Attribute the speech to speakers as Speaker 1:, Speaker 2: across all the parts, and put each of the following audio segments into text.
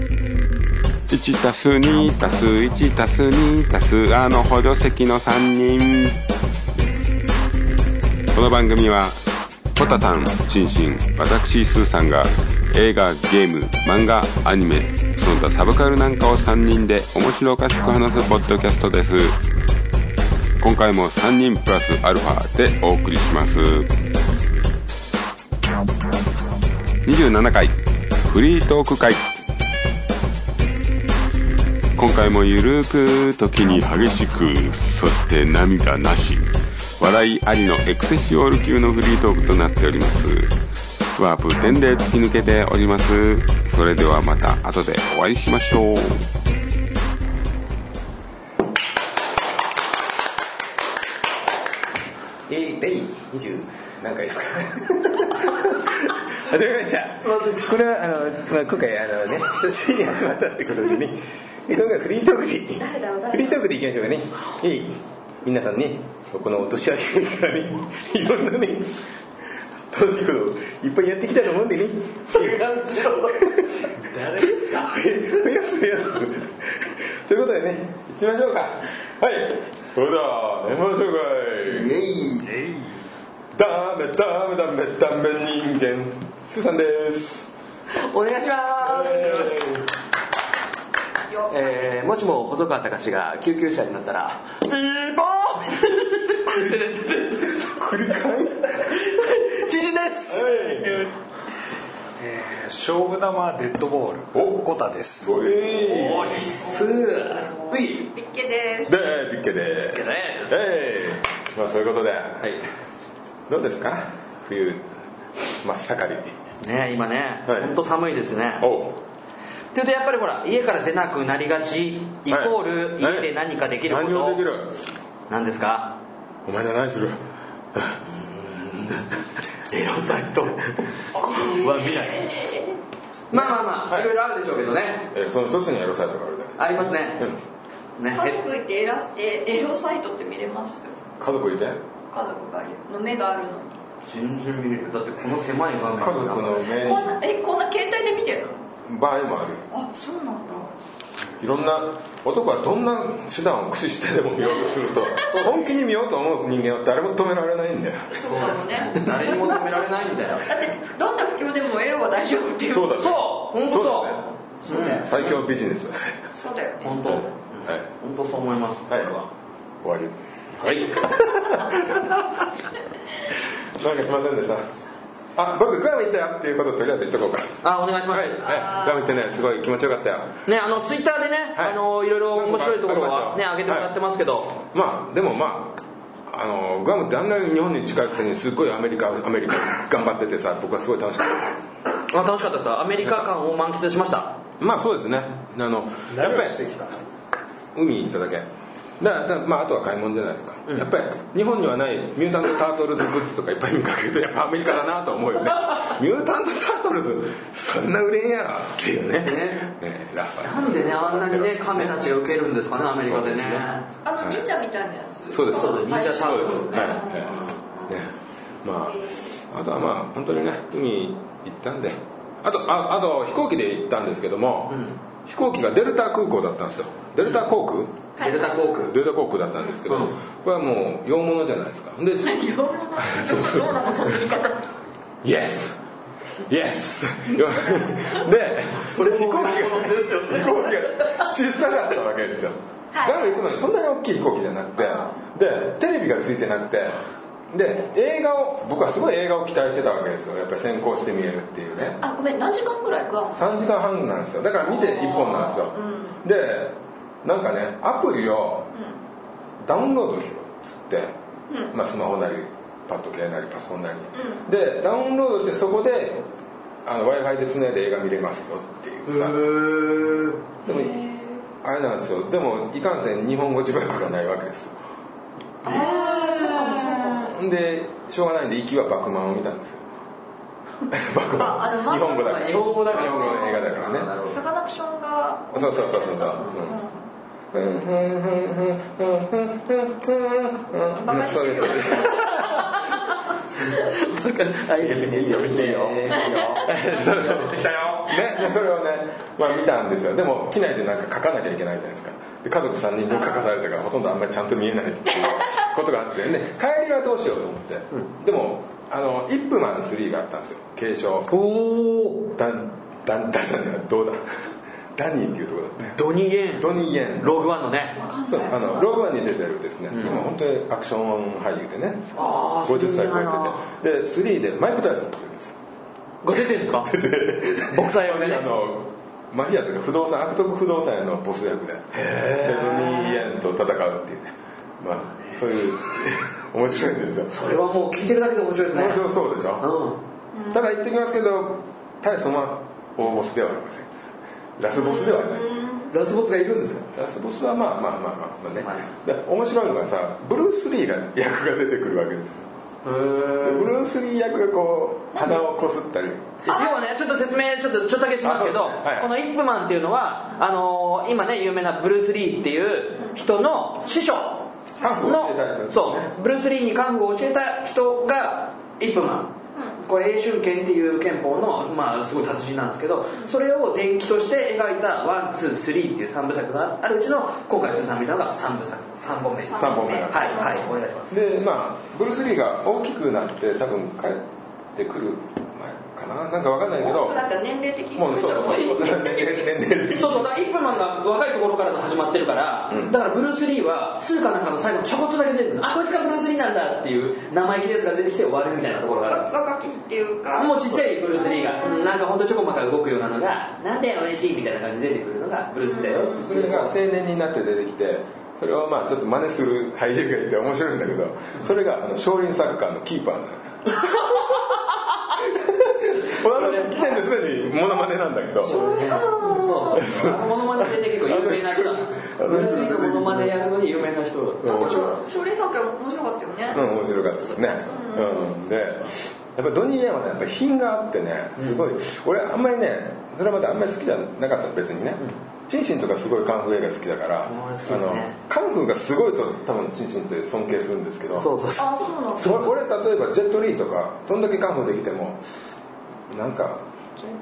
Speaker 1: 1たす2たす1たす2たすあの補助席の3人この番組はコタさんチンシン私スーさんが映画ゲーム漫画アニメその他サブカルなんかを3人で面白おかしく話すポッドキャストです今回も3人プラスアルファでお送りします27回フリートーク会今回もゆるく時に激しくそして涙なし笑いありのエクセシオール級のフリートークとなっておりますワープ10で突き抜けておりますそれではまた後でお会いしましょう
Speaker 2: えー、第20何回ですか始まりましたこれはあの、まあ、今回あのね久しぶりに集まったってことでね今回フリートークでフリートークでいきましょうかねえい皆さんねこの年明けからねいろんなね楽しいこといっぱいやってきたと思うんでね
Speaker 3: 誰ですか
Speaker 2: 増やす増やすということでね行きましょうかはいそれでは年末紹介
Speaker 3: イエイ
Speaker 2: ダメダメダメダメ人間スーさんです
Speaker 4: お願いしますえー、もしも細川隆が救急車に乗ったら「ビーボー!」
Speaker 2: 繰り返
Speaker 4: 知人です
Speaker 3: 勝負玉デッドボール
Speaker 2: お
Speaker 3: コタです
Speaker 2: すごい
Speaker 4: おいっすうい
Speaker 5: ビッケです。
Speaker 2: でビッケで
Speaker 4: けね
Speaker 2: すえいまあそういうことで、はい、どうですか冬真っ盛り
Speaker 4: ね今ね
Speaker 2: はい
Speaker 4: 本当寒いですね
Speaker 2: おう
Speaker 4: というとやっぱりほら家から出なくなりがちイコール
Speaker 2: はい
Speaker 4: 家で何かできるこ
Speaker 2: 何をでき
Speaker 4: と
Speaker 2: る
Speaker 4: なんですか
Speaker 2: お前なら何する
Speaker 4: エロサイト
Speaker 3: は見ない
Speaker 4: まあまあま
Speaker 2: は
Speaker 4: あ
Speaker 2: い
Speaker 4: いろいろあるでしょうけどね
Speaker 2: えその一つにエロサイトがあるだけ
Speaker 4: ありますね
Speaker 2: うん
Speaker 4: ね
Speaker 5: 家
Speaker 4: へ
Speaker 5: 族いてエラスてエロサイトって見れます
Speaker 2: 家族いて
Speaker 5: 家族がいるの目があるのに。
Speaker 4: 全然見れるだってこの狭い画面
Speaker 2: 家族の目
Speaker 5: こんなえこんな携帯で見てるの？
Speaker 2: に場合もあるよ
Speaker 5: あそうなんだ。
Speaker 2: いろんな男はどんな手段を駆使してでも見ようとする と本気に見ようと思う人間は誰も止められないんだよ
Speaker 5: そうかもね。
Speaker 4: 誰にも止められないんだよ
Speaker 5: だってどんな不況でもエロは大丈夫っていう。
Speaker 2: そうだね
Speaker 4: そう本当
Speaker 2: そうだね
Speaker 4: そうだよ
Speaker 2: 最強ビジネスです
Speaker 5: そうだよね。
Speaker 4: 本当
Speaker 2: はい
Speaker 4: 本当そう思います
Speaker 2: はい終わりはいなんかしませんでしたあ僕グアム行ったよっていうことをとりあえず言っとこうか
Speaker 4: あお願いします、
Speaker 2: はい、はい、グアム行ってねすごい気持ちよかったよ
Speaker 4: ねあのツイッターでね、
Speaker 2: はい
Speaker 4: い、あのいろいろ面白いところはね
Speaker 2: なんかあ
Speaker 4: 上
Speaker 2: りましたよ
Speaker 4: げてもらってますけど、
Speaker 2: まあでもまああのグアムってあんなに日本に近いくせにすっごいアメリカアメリカ頑張っててさ僕はすごい楽しかったです
Speaker 4: あ楽しかったですかアメリカ感を満喫しました
Speaker 2: まあそうですねあのやっ
Speaker 3: 何
Speaker 2: ぱ
Speaker 3: を
Speaker 2: り
Speaker 3: してきた
Speaker 2: 海行っただけだからだまあ、あとは買い物じゃないですか、
Speaker 4: うん
Speaker 2: やっぱり日本にはないミュータント・タートルズグッズとかいっぱい見かけるとやっぱアメリカだなと思う よねミュータント・タートルズそんな売れんやろっていうね
Speaker 4: ね
Speaker 2: えーラッパー
Speaker 4: なんでねあんなにねカメたちが受けるんですかねアメリカでね
Speaker 5: あの忍者みたいなやつ。
Speaker 2: そうです
Speaker 4: そうです忍者タートルズね
Speaker 2: はい、はいねまああとはまあ本当にね海行ったんであとああと飛行機で行ったんですけども、
Speaker 4: うん
Speaker 2: 飛行機がデルタ空港だったんですよデルタ航空、
Speaker 4: デルタ航空
Speaker 2: デルタ航空だったんですけど、
Speaker 4: うん
Speaker 2: これはもう洋物じゃないですかで
Speaker 5: いろんなどうなのその言い方。
Speaker 2: イエスイエ スでそれ飛行機が飛行機が小さかったわけですよ、
Speaker 5: はい
Speaker 2: ガム行くのにそんなに大きい飛行機じゃなくてでテレビがついてなくてで映画を僕はすごい映画を期待してたわけですよやっぱり先行して見えるっていうね
Speaker 5: あごめん何時間くらいか。
Speaker 2: 3時間半なんですよだから見て1本なんですよ、でなんかねアプリをダウンロードしろっつって、
Speaker 5: う
Speaker 2: まあ、スマホなりパッド系なりパソコンなり、
Speaker 5: う
Speaker 2: でダウンロードしてそこで w i f i でつないで映画見れますよっていうさでもあれなんですよでもいかんせん日本語字幕がないわけですよ
Speaker 5: ああそうかもそうかも。
Speaker 2: でしょうがないんで行きはバクマンを見たんですよバク
Speaker 5: ああ
Speaker 2: マ
Speaker 5: の
Speaker 2: ン
Speaker 5: ま
Speaker 2: 日
Speaker 5: あ
Speaker 2: 本語だから
Speaker 4: 日本語だから
Speaker 2: 日本語の映画だからね
Speaker 4: なるほど
Speaker 5: サカナクションが。
Speaker 2: そうそうそうそうそうそういうやつ
Speaker 4: そうかはい
Speaker 2: や見ていいよ見ていいよ見ていいよ 来たよ、ね、でそれをね、まあ、見たんですよでも機内でなんか書かなきゃいけないじゃないですかで家族3人分書かされたからほとんどあんまりちゃんと見えないっていうことがあってで帰りはどうしようと思って、でもあのイップマン3があったんですよ継承
Speaker 4: おお
Speaker 2: ダンダンダンじゃないどうだダニーっていうところだったよ
Speaker 4: ドニー・ゲン
Speaker 2: ドニー・イエン
Speaker 4: ローグワンのね
Speaker 2: そうあのローグワンに出てるですね、今本当にアクション俳優でね
Speaker 4: あー
Speaker 2: 50歳超えててで3でマイク・タイソンっていうんですよ
Speaker 4: が出てるんです かボクサー用でね
Speaker 2: あのマフィアというか不動産悪徳不動産屋のボス役ででドニー・イエンと戦うっていうねまあそういう 面白いんですよ
Speaker 4: これはもう聞いてるだけで面白いですね
Speaker 2: 面白そうでしょ、
Speaker 4: う
Speaker 2: ただ言ってきますけどタイソンは大ボスではありませんラスボスではない
Speaker 4: んラスボスがいるんですか
Speaker 2: ラスボスはまあまあまあまあまあね、
Speaker 4: はい
Speaker 2: で面白いのがさブルース・リーが役が出てくるわけですよでブルース・リー役がこう鼻をこすったり
Speaker 4: 要はねちょっと説明ちょっとちょっとだけしますけど、
Speaker 2: あそうですねはい
Speaker 4: このイップマンっていうのはあのー今ね有名なブルース・リーっていう人の師匠
Speaker 2: カンフーを教えた人ですね
Speaker 4: のそうブルース・リーにカンフーを教えた人がイップマンこれ英春拳っていう拳法の、まあ、すごい達人なんですけどそれを伝記として描いた「ワンツースリー」っていう3部作があるうちの今回鈴さん見たのが3部作3本目ですは
Speaker 2: 3本目なん
Speaker 4: い
Speaker 2: です
Speaker 4: はいお願いします
Speaker 2: でまあブルース・リーが大きくなって多分帰ってくる前かななんかわかんないけ
Speaker 5: 大き
Speaker 2: ど
Speaker 5: くなったら年齢的に
Speaker 2: もうそうそう
Speaker 5: それ とも
Speaker 2: 年齢的に
Speaker 4: そうそうだからイップマンが若いところから始まってるから、
Speaker 2: うん
Speaker 4: だからブルース・リーは数かなんかの最後にちょこっとだけ出てくるのあこいつがブルース・リーなんだっていう生意気なやつが出てきて終わるみたいなところがある
Speaker 5: 若き日っていうか
Speaker 4: もうちっちゃいブルース・リーがうんなんかほんとちょこまか動くようなのがなんだよ親父みたいな感じで出てくるのがブルース・リーだよって
Speaker 2: それが青年になって出てきてそれをまあちょっと真似する俳優がいて面白いんだけどそれがあの少林サッカーのキーパーなの 俺の時点ですでにモノマネなんだけど
Speaker 4: そうそうそうあのモノマネって結構有名な人だ
Speaker 2: あの人
Speaker 4: ブルース・リーのモノマネやるのに有名な人だ
Speaker 2: うん面
Speaker 5: で
Speaker 2: 白い
Speaker 5: も少林作は面白かったよね
Speaker 2: うん、面白かったですね。うん、で、やっぱドニー・イエンはね、やっぱ品があってね、すごい、俺あんまりね、それまであんまり好きじゃなかったの別にね。チンシンとかすごいカンフー映画好きだから、
Speaker 4: ん俺好きです
Speaker 2: あ
Speaker 4: ね
Speaker 2: のカンフーがすごいと多分チンシンって尊敬するんですけど、
Speaker 4: そうそうそう
Speaker 5: あそうなんだ
Speaker 2: 俺俺例えばジェットリーとかどんだけカンフーできてもなんか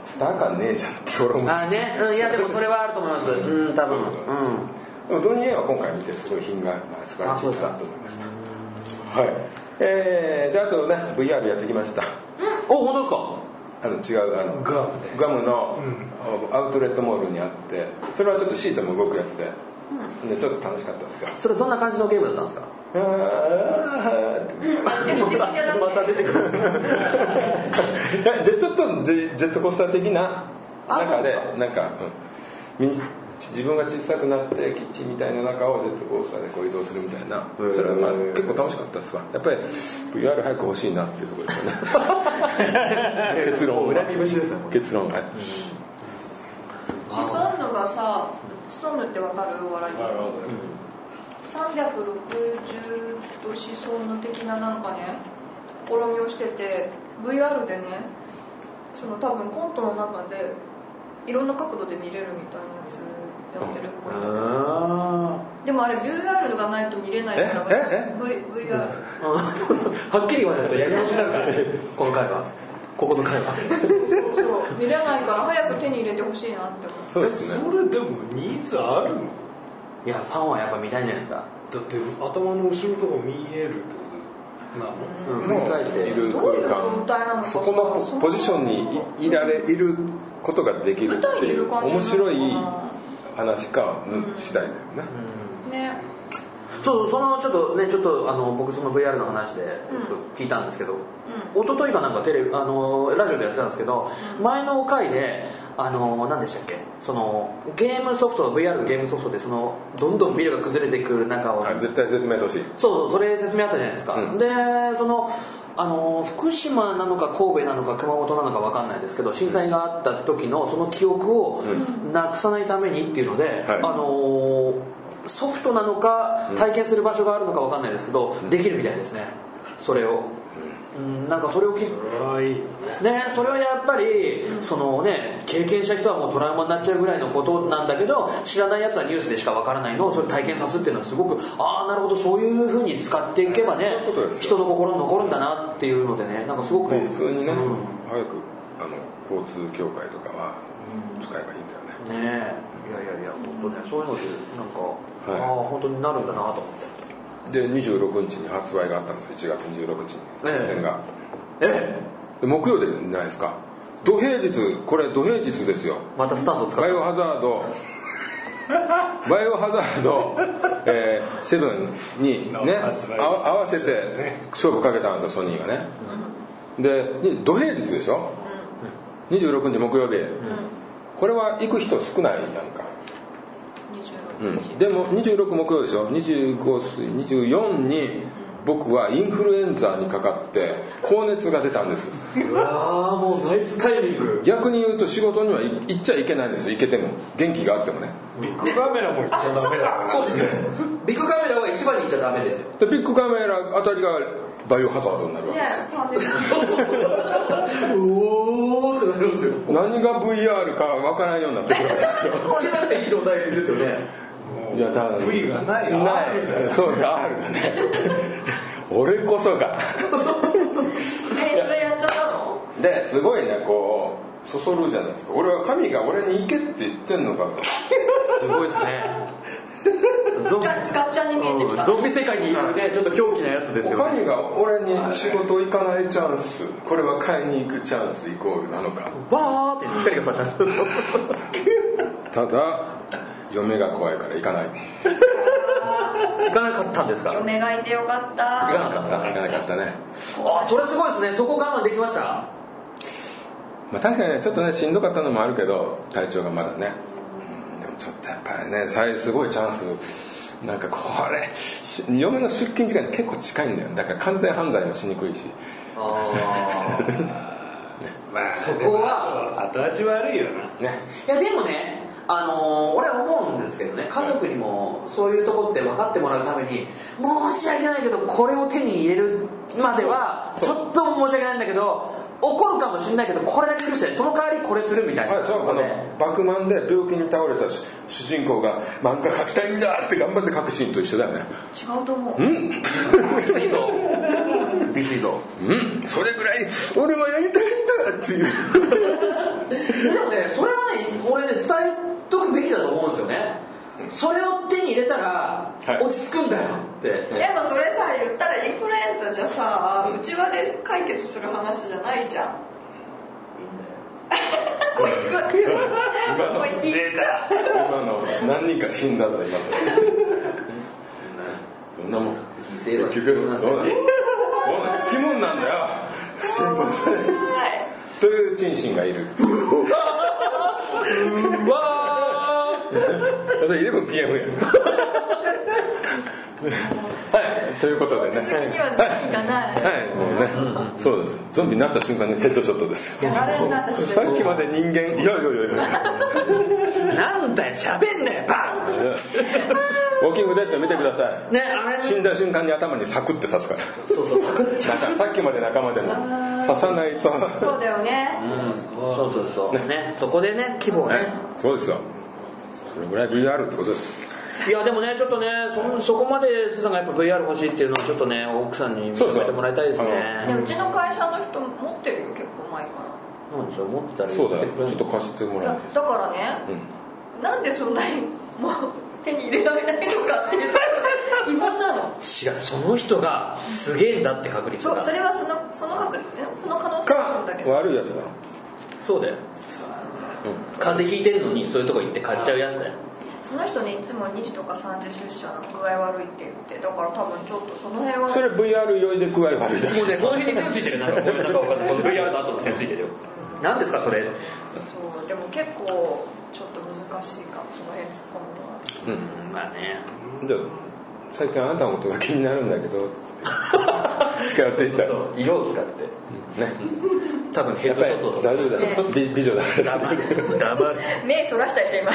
Speaker 2: スター感ねえじゃんって俺思っちゃ
Speaker 4: あ
Speaker 2: う。
Speaker 4: ね、うん、いやでもそれはあると思いますうん多分うん
Speaker 2: でもドニー・イエンは今回見てすごい品があるな素晴らしいなと思いました。はい。えー、じゃああとね VR やってきました。
Speaker 4: お本当ですか
Speaker 2: あの違うあの
Speaker 6: グアムで
Speaker 2: ガムのアウトレットモールにあってそれはちょっとシートも動くやつででちょっと楽しかったですよ
Speaker 4: それどんな感じのゲームだったんですか
Speaker 2: あーって
Speaker 4: また出てくる
Speaker 2: ジェットとジェジェットコースター的な
Speaker 4: あ
Speaker 2: 中で
Speaker 4: そうで
Speaker 2: なんか、うんみん自分が小さくなってキッチンみたいな中をジェットコースターでこう移動するみたいなそれはまあ結構楽しかったですわやっぱり VR 早く欲しいなっていうところですよね結論は
Speaker 4: 恨み節ですねこ
Speaker 2: 結論はい
Speaker 5: シソンヌがさシソンヌってわかるお笑い芸人360度シソンヌ的ななんかね試みをしてて VR でねその多分コントの中でいろんな角度で見れるみたいなやつやってるっぽいんだけどでもあれ VR がないと見れないから
Speaker 2: え
Speaker 5: 私
Speaker 2: え
Speaker 5: V- VR
Speaker 4: はっきり言わないとやり直しになるからねこの回はここの回は
Speaker 5: そう見れないから早く手に入れてほしいなって思う
Speaker 2: そうですね
Speaker 6: それでもニーズあるの
Speaker 4: いやファンはやっぱ見たいんじゃないですか
Speaker 6: だって頭の後ろとか見えるってことなの
Speaker 4: うん
Speaker 2: もういる空
Speaker 5: どういう状態なの
Speaker 2: 間
Speaker 5: か
Speaker 2: そこのポジションにいいられいることができる
Speaker 5: 舞
Speaker 2: って
Speaker 5: 台にい
Speaker 2: い
Speaker 5: る
Speaker 2: う
Speaker 5: 感じな
Speaker 2: 面
Speaker 5: のかな
Speaker 2: 白い話か、うん、次第だよね、
Speaker 5: ね
Speaker 4: そうそのちょっとねちょっとあの僕その VR の話でちょっと聞いたんですけど、一昨日かなんかテレビあのラジオでやってたんですけど、前の回であの何でしたっけそのゲームソフト VR のゲームソフトでそのどんどんビルが崩れてくる中を
Speaker 2: はい、絶対説明してほしい
Speaker 4: そうそうそれ説明あったじゃないですか、
Speaker 2: うん
Speaker 4: でそのあの福島なのか神戸なのか熊本なのかわかんないですけど震災があった時のその記憶をなくさないためにっていうので、
Speaker 2: はい
Speaker 4: あのソフトなのか体験する場所があるのかわかんないですけど、できるみたいですね、それを、うん、なんかそれをき
Speaker 7: それはいいよね
Speaker 4: ね、それはやっぱりその、ね、経験した人はもうトラウマになっちゃうぐらいのことなんだけど知らないやつはニュースでしかわからないのをそれ体験さすっていうのはすごくああなるほどそういうふうに使っていけばね
Speaker 2: そういうことですよ
Speaker 4: 人の心に残るんだなっていうのでねなんかすごく
Speaker 2: もう普通にね、
Speaker 4: うん
Speaker 2: 早くあの交通協会とかは使えばいいんだよね、
Speaker 4: ねえいやいやいや本当ねそういうのでなんか、
Speaker 2: い
Speaker 4: ああ本当になるんだなと思って
Speaker 2: で26日に発売があったんですよ1月26日に
Speaker 4: ええ
Speaker 2: 抽選が、
Speaker 4: え
Speaker 2: で木曜日じゃないですか土平日これ土平日ですよ
Speaker 4: またスタンド使っ
Speaker 2: バイ
Speaker 4: て
Speaker 2: オハザー ドバイオハザード、えー、セブンにね
Speaker 7: の発売
Speaker 2: あわ合わせて勝負かけたんですよソニーがね、でに土平日でしょ、26日木曜日、これは行く人少ないなんか、う
Speaker 5: 26
Speaker 2: ん
Speaker 5: 日、
Speaker 2: でも26木曜でしょ25水24に僕はインフルエンザにかかって高熱が出たんです
Speaker 4: うわーもうナイスタイミング
Speaker 2: 逆に言うと仕事にはい行っちゃいけないんですよ行けても元気があってもね
Speaker 7: ビッグカメラも行っちゃダメだから
Speaker 4: そうですよビッグカメラは一番に行っちゃダメですよ
Speaker 2: でビッグカメラあたりがバイオハザードになるわけ
Speaker 5: ね
Speaker 2: ですよ
Speaker 5: パーフェクト
Speaker 4: うおーってなるんですよ
Speaker 2: 何が VR かわからんようになってくるわけですよ
Speaker 4: つけなくていい状態ですよね
Speaker 2: いやだ
Speaker 7: V がない
Speaker 2: ないそうだ R だね 俺こそが
Speaker 5: えそれやっちゃったの
Speaker 2: ですごいねこうそそるじゃないですか俺は神が俺に行けって言ってんのかと
Speaker 4: すごいですねゾン
Speaker 5: ガッツガッチャンに見えてきた
Speaker 4: ゾンビ世界にいるねちょっと狂気なやつですよね
Speaker 2: 神が俺に仕事行かないチャンスこれは買いに行くチャンスイコールなのか
Speaker 4: バーって光がさし
Speaker 2: ただ嫁が怖いから行かない
Speaker 4: 行かなかったんですから行
Speaker 5: 嫁がいてよかっ
Speaker 4: か
Speaker 5: た
Speaker 4: なかったんで
Speaker 2: 行かなかったね、
Speaker 4: すかあそれすごいですねそこ我慢できました
Speaker 2: まあ、確かにねちょっとねしんどかったのもあるけど体調がまだねうんでもちょっとやっぱりね最すごいチャンスなんかこれし嫁の出勤時間に結構近いんだよだから完全犯罪もしにくいし
Speaker 4: あー
Speaker 7: まあそ
Speaker 4: こは
Speaker 7: 後味悪いよな
Speaker 2: ね
Speaker 4: いやでもね、あのー俺は思うんですけどね家族にもそういうとこって分かってもらうために申し訳ないけどこれを手に入れるまではちょっとも申し訳ないんだけど怒るかもしれないけどこれだけ尽くしてその代わりこれするみたいな、
Speaker 2: はい、そうあ
Speaker 4: ね
Speaker 2: のバクマンで病気に倒れた主主人公が漫画描きたいんだって頑張って描くシーンと一緒だよね
Speaker 5: 違うと思う
Speaker 4: ビシッとビシッと
Speaker 2: うんそれぐらい俺はやりたいんだっていう
Speaker 4: でもねそれはね俺ね伝えとくべきだと思うんですよねそれを手に入れたら
Speaker 2: はい
Speaker 4: 落ち着くんだよって、
Speaker 5: でもそれさ言ったらインフルエンザじゃさ内輪で解決する話じゃないじゃん これこれ聞いた
Speaker 2: 今の何人か死んだぞ今 のどんなもん
Speaker 4: 犠牲は必
Speaker 2: 結
Speaker 4: 要なん
Speaker 2: 局
Speaker 4: だ
Speaker 2: そうなんだそうなんだつきもんなんだよ進歩しない
Speaker 5: はい
Speaker 2: というチンシンがいる
Speaker 4: うわー
Speaker 2: それ 11PM やはいということでね
Speaker 5: 的にはゾンビがない
Speaker 2: はいもうね、そうですゾンビになった瞬間にヘッドショットです
Speaker 5: やられんな私
Speaker 2: さっきまで人間いやいやいやいや
Speaker 4: なんだよ、喋んなよ、バン
Speaker 2: ウォーキングデッド見てください
Speaker 4: ね、あれ
Speaker 2: 死んだ瞬間に頭にサクって刺すから
Speaker 4: そうそう、サクッ
Speaker 2: なんかさっきまで仲間でも刺さないと
Speaker 5: そうだよね
Speaker 4: そうそうそう。ね、そこでね、規模を
Speaker 2: ね
Speaker 4: ね。
Speaker 2: そうですよそれぐらい VR ってことです
Speaker 4: いや、でもね、ちょっとね、そそこまで、スーさんがやっぱ VR 欲しいっていうのをちょっとね、奥さんに
Speaker 2: そうそう
Speaker 4: 認めてもらいたいですね。
Speaker 5: ねうちの会社の人持ってるよ結構前から
Speaker 4: そうですよ、持ってたらいい
Speaker 2: そうだよちょっと貸しても
Speaker 5: い
Speaker 2: らえ
Speaker 5: やだからね、なんでそんなにもう手に入れられないのかっていうところが疑問なの
Speaker 4: 違う、その人がすげえんだって確 率
Speaker 5: そう
Speaker 4: が。
Speaker 5: それはそのその確率ねその可能性があるんだけ
Speaker 2: か
Speaker 5: ど
Speaker 2: 悪いやつだろ
Speaker 4: そうだよ。風邪ひいてるのに、そういうとこ行って買っちゃうやつだよ。
Speaker 5: その人ねいつも2時とか3時出社なの具合悪いって言ってだから多分ちょっとその辺は
Speaker 2: それ VR 酔いで具合悪いじゃん
Speaker 4: もうね、この辺に線ついてるよなんか、こういうなんかわかんないこの VR の後の線ついてるよ。何ですか、それ。
Speaker 5: そうでも結構ちょっと難しいかもその辺突っ込むのは
Speaker 4: うん、まあね。
Speaker 2: じゃあ最近あなたのことが気になるんだけどって近寄っていった
Speaker 4: そう、色を使って。
Speaker 2: ね
Speaker 4: 多分ヘ
Speaker 2: や
Speaker 4: ッ
Speaker 2: っ
Speaker 4: ド
Speaker 2: ぱ
Speaker 4: シ
Speaker 2: り
Speaker 4: ョットとか
Speaker 2: 大丈夫だよ美美女だから
Speaker 4: 黙る黙る
Speaker 5: 目そらしたでしょ今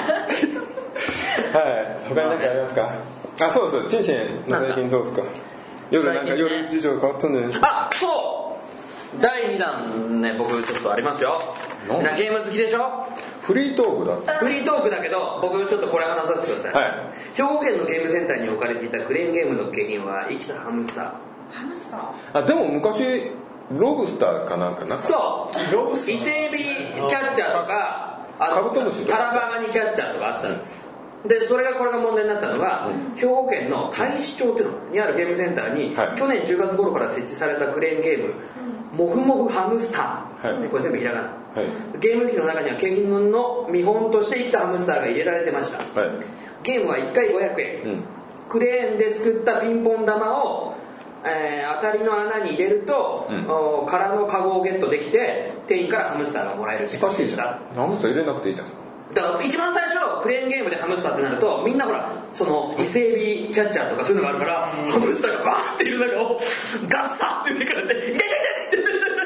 Speaker 2: はい他に何かありますかあそうそうチンシンの最近どうですか
Speaker 1: 夜なんか夜事情変わったんだよね
Speaker 4: あそう第2弾ね僕ちょっとありますよ
Speaker 1: なんだ
Speaker 4: なゲーム好きでしょ
Speaker 1: フリートークだって
Speaker 4: フリートークだけど僕ちょっとこれ話させてください、
Speaker 1: は
Speaker 4: 兵庫県のゲームセンターに置かれていたクレーンゲームの景品は生きたハムスター
Speaker 5: ハムスター
Speaker 1: あでも昔ロブスターかなんかな
Speaker 4: そう
Speaker 7: ロブスター
Speaker 4: 伊勢エビキャッチャーとかあ
Speaker 1: カブトムシと
Speaker 4: タ
Speaker 1: か
Speaker 4: ラバガニキャッチャーとかあったんです、でそれがこれが問題になったのが、兵庫県の太子町っていうのにあるゲームセンターに、
Speaker 1: はい
Speaker 4: 去年10月頃から設置されたクレーンゲーム、モフモフハムスター、
Speaker 1: はい
Speaker 4: これ全部ひらがな
Speaker 1: はい
Speaker 4: ゲーム機の中には景品の見本として生きたハムスターが入れられてました、
Speaker 1: はい
Speaker 4: ゲームは1回500円、
Speaker 1: うん
Speaker 4: クレーンですくったピンポン玉を、えー当たりの穴に入れると、
Speaker 1: うん
Speaker 4: お空のカゴをゲットできて店員からハムスターがもらえる仕
Speaker 1: おか
Speaker 4: 組
Speaker 1: しい
Speaker 4: みでし
Speaker 1: じ
Speaker 4: た
Speaker 1: ゃんハムスター入れなくていいじゃん
Speaker 4: だから一番最初クレーンゲームでハムスターってなるとみんなほらその伊勢エビキャッチャーとかそういうのがあるから、ハムスターがバーっている中をガッサーって上からね「痛い痛い痛い!」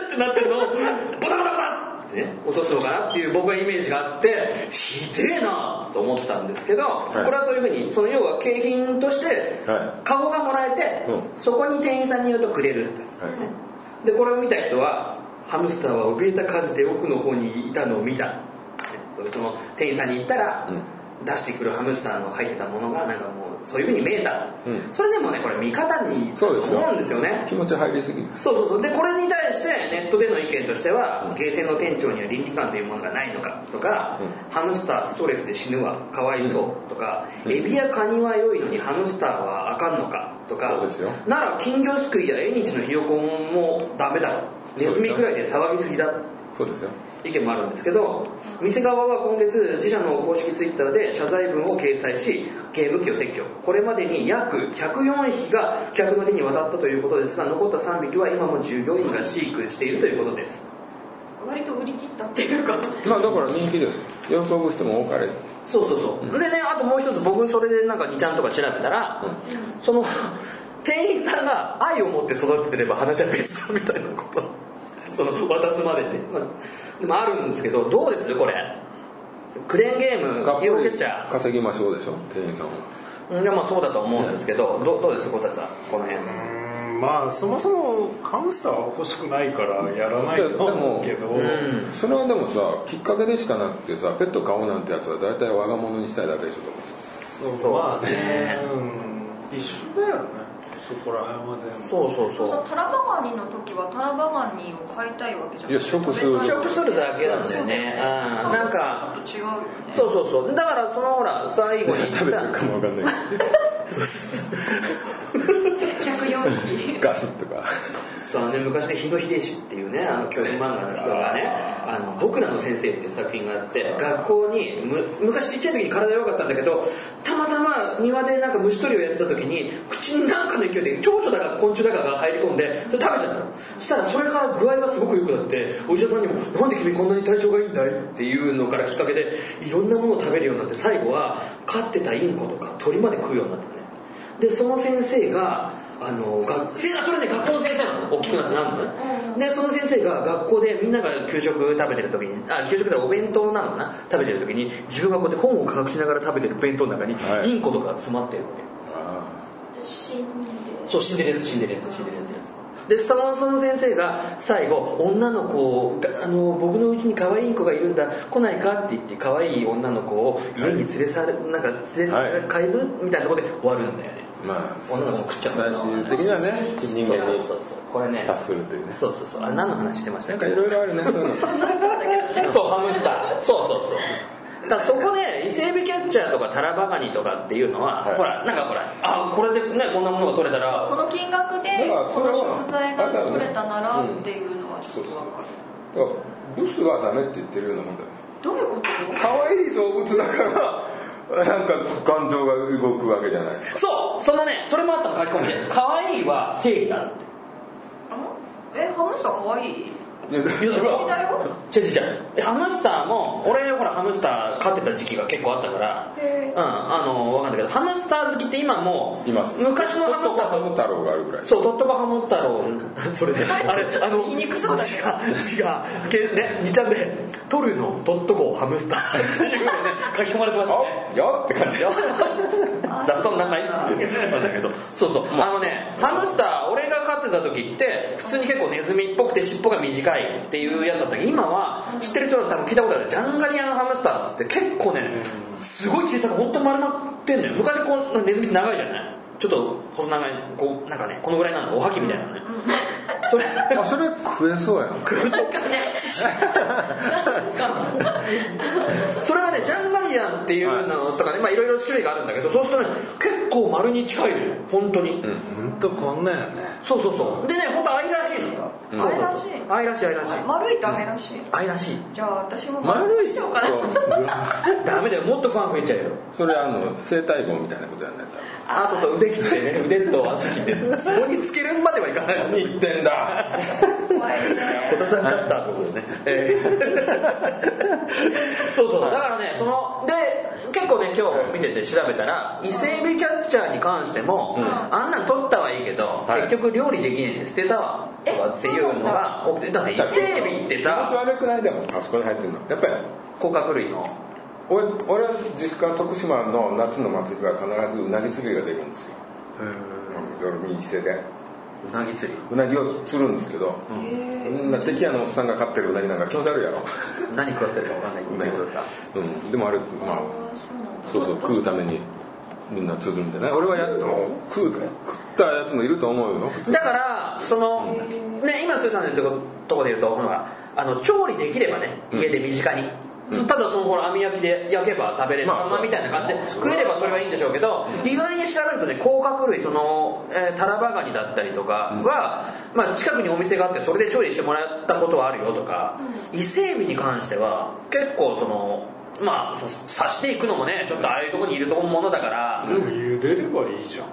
Speaker 4: ってなってるのをボタボタボタってね落とすのかなっていう僕はイメージがあってひでえなと思ったんですけど、
Speaker 1: い
Speaker 4: これはそういうふうにその要は景品として
Speaker 1: はい
Speaker 4: カゴがもらえて、
Speaker 1: う
Speaker 4: そこに店員さんに言うとくれるんだ
Speaker 1: はい
Speaker 4: でこれを見た人はハムスターは怯えた感じで奥の方にいたのを見たそれその店員さんに言ったら、出してくるハムスターの入ってたものがなんかもうそういう風に見えた、
Speaker 1: うん
Speaker 4: それでもねこれ見方に
Speaker 1: そうですよ
Speaker 4: 思うんですよね
Speaker 1: 気持ち入りすぎです
Speaker 4: そうそうそうでこれに対してネットでの意見としては、ゲーセンの店長には倫理観というものがないのかとか、
Speaker 1: う
Speaker 4: ハムスターストレスで死ぬわかわいそうとか、エビやカニは良いのにハムスターはあかんのかとか
Speaker 1: そうですよ
Speaker 4: なら金魚すくいや縁日のひよこもダメだろネズミくらいで騒ぎすぎだ
Speaker 1: そうですよ
Speaker 4: 意見もあるんですけど店側は今月自社の公式ツイッターで謝罪文を掲載しゲーム機を撤去これまでに約104匹が客の手に渡ったということですが残った3匹は今も従業員が飼育しているということです
Speaker 5: 割と売り切ったっていうか
Speaker 1: まあだから人気です喜ぶ人も多かれ
Speaker 4: そうそうそう、でねあともう一つ僕それでなんか2ちゃんとか調べたら、その 店員さんが愛を持って育ててれば話は別だみたいなこと その渡すまでね、まあでもあるんですけどどうですこれクレーンゲーム
Speaker 1: がっ
Speaker 4: よ
Speaker 1: ぽ
Speaker 4: け
Speaker 1: り
Speaker 4: ちゃう
Speaker 1: 稼ぎましょうでしょ店員さんは
Speaker 4: うんでもまあそうだと思うんですけど、どどうです小田さんこの辺
Speaker 7: うーんまあそもそもハムスターは欲しくないからやらない
Speaker 1: いやで
Speaker 7: と思
Speaker 1: も
Speaker 7: うけど、
Speaker 4: ん
Speaker 1: それはでもさきっかけでしかなくてさペット買おうなんてやつは大体我が物にしたいだけでしょと
Speaker 7: そう
Speaker 4: そう
Speaker 7: まあ
Speaker 4: ですね
Speaker 7: ね、うん、一緒だよねそこら辺は全部
Speaker 4: そうそう
Speaker 5: そう
Speaker 4: そ
Speaker 5: そううタラバガニの時はタラバガニを買いたいわけじゃん
Speaker 1: いや食する
Speaker 4: 試食するだけなんだよねうんなんか
Speaker 5: ちょっと違うよね
Speaker 4: そうそうそうだからそのほら最 後に言った
Speaker 1: 食べてるかもわかんないけ
Speaker 5: 104
Speaker 1: ど
Speaker 5: 匹
Speaker 1: ガスとか
Speaker 4: そのね、昔ね「日野秀氏」っていうねあの教育漫画の人がね「あの僕らの先生」っていう作品があって学校にむ昔ちっちゃい時に体弱かったんだけどたまたま庭でなんか虫取りをやってた時に口になんかの勢いで蝶々だか昆虫だかが入り込んでそれ食べちゃったのそしたらそれから具合がすごく良くなってお医者さんにも「なんで君こんなに体調がいいんだい?」っていうのからきっかけでいろんなものを食べるようになって最後は飼ってたインコとか鳥まで食うようになったのねでその先生があの学せそれね学校の先生なの大きくなってなるのね、でその先生が学校でみんなが給食食べてる時にあ給食でお弁当なのかな食べてる時に自分がこうやって本を隠しながら食べてる弁当の中に、
Speaker 1: はい
Speaker 4: インコとかが詰まってるわけ
Speaker 5: 死んで
Speaker 4: そう、死んでるやつ、死んでるやつ、死んでるやつ。で、そのその先生が最後、女の子を、があの、僕のうちに可愛い子がいるんだ、来ないかって言って、可愛い女の子を家に連れ去る、なんか連れ、
Speaker 1: はい
Speaker 4: 帰るみたいなところで終わるんだよね。
Speaker 1: まあ
Speaker 4: 女の子食っちゃうん
Speaker 1: 最
Speaker 4: だ
Speaker 1: 終的にはね人間
Speaker 4: そう
Speaker 1: に
Speaker 4: そうそう。これね、
Speaker 1: 達するというね
Speaker 4: そうそうそう。あれ何の話してまし
Speaker 1: な
Speaker 4: たっ
Speaker 1: ん
Speaker 4: け
Speaker 1: かいろいろあるねそういうの
Speaker 4: そうハムスターそうそうそうだからそこで伊勢エビキャッチャーとかタラバガニとかっていうのは、
Speaker 1: はい
Speaker 4: ほらなんかほらあこれでねこんなものが取れたら
Speaker 5: この金額で
Speaker 1: だから
Speaker 5: こ
Speaker 1: それ
Speaker 5: の
Speaker 1: は
Speaker 5: 食材が取れたなら
Speaker 1: あれだよね
Speaker 5: っていうのはちょっとわかる
Speaker 1: だからブスはダメって言ってるようなもんだよね
Speaker 5: どういうこと
Speaker 1: 可愛い動物だからなんか感情が動くわけじゃないですか
Speaker 4: そうそのねそれもあったの書き込みで「可愛いは正義だ」って
Speaker 5: あえハムスター可愛い
Speaker 1: いやだか
Speaker 4: いや
Speaker 1: ら
Speaker 4: ほ
Speaker 5: 好きだよ
Speaker 4: 違う違う違うハムスターも俺ほらハムスター飼ってた時期が結構あったから
Speaker 5: へ
Speaker 4: うんあの分かんないけどハムスター好きって今もう
Speaker 1: います
Speaker 4: 昔のハムスター
Speaker 1: ハム太郎があるぐらい
Speaker 4: そう、トットコハム太郎。 それね、あれ、あの、
Speaker 5: 言いにくそうだけ
Speaker 4: 違う、違う、けね、2ちゃんで、トルのトットコハムスターっていうのね、書き込まれてましたね。
Speaker 1: あよって感じ
Speaker 4: 座布団何枚っていうなんだけど、そうそう、あのね、ねハムスター俺が飼ってた時って普通に結構ネズミっぽくて尻尾が短いっていうやつだったけど今は知ってる人だったら聞いたことあるジャンガリアのハムスターっつって結構ねすごい小さく本当に丸まってんのよ昔こうネズミって長いじゃないちょっと細長いこうなんかねこのぐらいなのおはぎみたいなのねそれ
Speaker 8: あそれ食えそうやん
Speaker 4: それがねジャンガリアンっていうのとかねまあいろいろ種類があるんだけどそうするとね結構丸に近いのよ本当に、
Speaker 8: ほんとこんなんやね
Speaker 4: そうそうそうでね本当愛らしいの
Speaker 5: うん愛らしい
Speaker 4: 愛らしい愛らしい
Speaker 5: 丸いって愛らしい
Speaker 4: 愛らしい
Speaker 5: じゃあ私も
Speaker 4: 丸い
Speaker 5: にしようかな
Speaker 4: ダメだよもっとファン増えちゃうよ
Speaker 2: それあの生体棒みたいなことやんね
Speaker 4: あそうそう腕切ってね腕と足切ってそこにつけるまではいかないです
Speaker 2: 言ってんだ
Speaker 5: 前にね
Speaker 4: 小田さんだったってことでね、えーそうそうだからねそので結構ね今日見てて調べたら伊勢エビキャッチャーに関しても、あんなん取ったはいいけど、
Speaker 2: い
Speaker 4: 結局料理できねえんで捨てたわとかっていうのが多くてだって伊勢エビって
Speaker 2: 気持ち
Speaker 4: さ
Speaker 2: 悪くないでもあそこに入ってるのやっぱり
Speaker 4: 甲殻類の
Speaker 2: 俺俺は実家徳島の夏の祭りは必ずうなぎ釣りが出るんですよ夜見伊勢で
Speaker 4: うなぎ釣り
Speaker 2: うなぎを釣るんですけど、
Speaker 5: へ
Speaker 2: うん、な敵屋のおっさんが飼ってるうなぎなんか気持ち悪いや ろ
Speaker 4: 何食わせるか分かんないけどうなぎですか
Speaker 2: うん、でもあれまあ
Speaker 5: あそうなんだ
Speaker 2: そうそう食うためにみんな釣るんでね俺はやっも食う食ったやつもいると思うよ普通
Speaker 4: だからその、ね、今スーさんの言ってるとこで言うとほらあの調理できればね家で身近に、ただそのほら網焼きで焼けば食べれる、
Speaker 2: まあ
Speaker 4: サンマみたいな感じで食えればそれはいいんでしょうけど、意外に調べるとね甲殻類その、えータラバガニだったりとかは、まあ、近くにお店があってそれで調理してもらったことはあるよとか、伊勢海老に関しては結構その。まあ、そ刺していくのもねちょっとああいうとこにいるとものだから、
Speaker 7: でも茹でればいいじゃん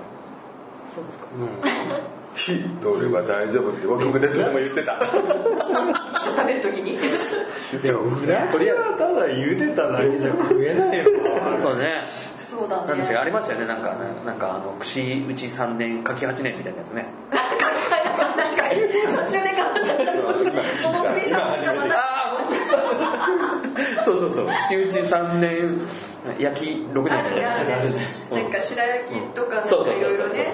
Speaker 2: 火通れば大丈夫って僕でとでも言ってた
Speaker 5: 食べる時に
Speaker 7: でもうなぎはただ茹でただけじゃ食えないよ
Speaker 4: そうね
Speaker 5: そうだね
Speaker 4: なんですがありましたよねなんかなんかあの串打ち3年柿8年みたいなやつね
Speaker 5: 確かに途中で変わっちゃったもうクリスマスがまた
Speaker 4: ああそうそうそう串打ち3年焼き6年み
Speaker 5: あ
Speaker 4: たい
Speaker 5: る
Speaker 4: な
Speaker 5: な
Speaker 4: うん
Speaker 5: ね
Speaker 4: そう
Speaker 5: なんか白焼きとかなん
Speaker 4: そうそう
Speaker 5: か
Speaker 4: そ
Speaker 5: い
Speaker 4: うそう
Speaker 5: ろいろね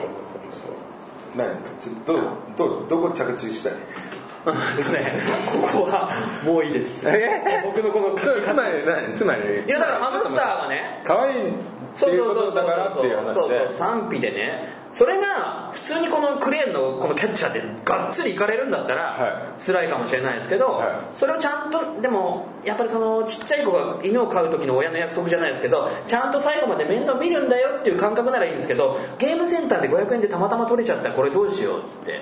Speaker 2: 何ちょどどどこ着地したい
Speaker 4: うんとねここはもういいです僕のこの
Speaker 2: そうつまり何つまり
Speaker 4: いやだからハムスターがね
Speaker 2: 可愛いって
Speaker 4: そう
Speaker 2: い
Speaker 4: そう
Speaker 2: うこ
Speaker 4: そう
Speaker 2: とだからっていう話
Speaker 4: そうそう
Speaker 2: で
Speaker 4: 賛否でねそれが普通にこのクレーンのこのキャッチャーでがっつりいかれるんだったら
Speaker 2: は
Speaker 4: 辛いかもしれないですけど、
Speaker 2: は
Speaker 4: それをちゃんとでもやっぱりそのちっちゃい子が犬を飼う時の親の約束じゃないですけどちゃんと最後まで面倒見るんだよっていう感覚ならいいんですけどゲームセンターで500円でたまたま取れちゃったらこれどうしようっつって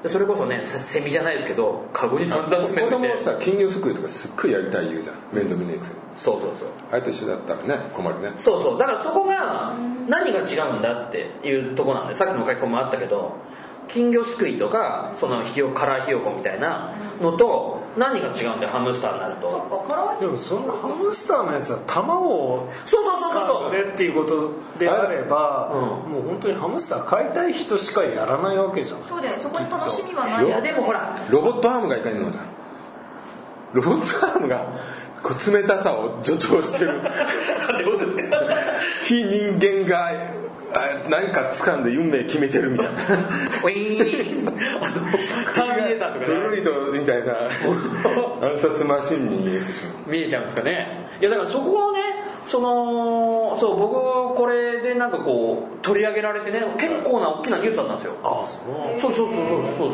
Speaker 4: でそれこそねセセミじゃないですけどカゴに散々詰め
Speaker 2: 子
Speaker 4: といて
Speaker 2: 供さ金魚すくいとかすっごいやりたい言うじゃん面倒見ねえくせに
Speaker 4: そうそうそう
Speaker 2: あれと一緒だったらね困るね
Speaker 4: そうそうだからそこが何が違うんだっていうとこなんでさっきの書き込みもあったけど金魚すくいとかそのひよカラーひよこみたいなのと何が違うんだよハムスターになる
Speaker 5: そ
Speaker 4: と
Speaker 5: っかカラ
Speaker 7: でもそのハムスターのやつは卵を
Speaker 4: そうそうそうそうそう
Speaker 7: でっていうことであれば、もう本当にハムスター飼いたい人しかやらないわけじゃん
Speaker 5: そうだよねそこに楽しみはない
Speaker 4: いやでもほら
Speaker 2: ロボットアームがいかにのだロボットアームがこう冷たさを助長して る
Speaker 4: どうですか
Speaker 2: 非人間があなんか掴んで運命決めてるみたいな
Speaker 4: ウィーンあのターミネーターと
Speaker 2: ド
Speaker 4: か
Speaker 2: ロ
Speaker 4: ね
Speaker 2: イドみたいな 暗殺マシンに見えてしまう
Speaker 4: 見えちゃうんですかねいやだからそこをねそのそう僕これでなんかこう取り上げられてね結構な大きなニュースだったんですよ
Speaker 7: ああそう
Speaker 4: そうそうそうそうそう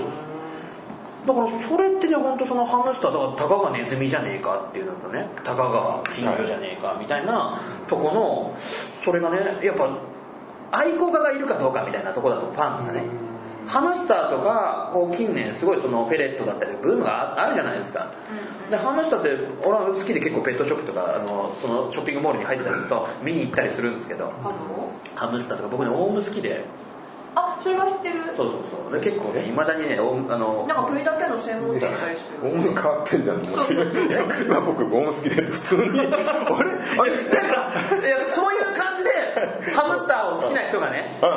Speaker 4: だからそれってね本当そのハムスターだからたかがネズミじゃねえかっていうのとねたかが金魚じゃねえかみたいなとこのそれがねやっぱ愛好家がいるかどうかみたいなとこだとファンがねハムスターとかこう近年すごいそのフェレットだったりブームがああるじゃないですかでハムスターって俺は好きで結構ペットショップとかあのそのショッピングモールに入ってたりすると見に行ったりするんですけど
Speaker 5: あの
Speaker 4: ハムスターとか僕ねオウム好きで
Speaker 5: あそれは知ってる
Speaker 4: そうそうそうで結構ねいまだにねオウムあの
Speaker 5: なんか鳥だけの専門店があったりする
Speaker 2: ゴム変わってんじ ゃんもう今僕ゴム好きで普通に あれあれ
Speaker 4: だからいやそういう感じでハムスターを好きな人がね
Speaker 2: うん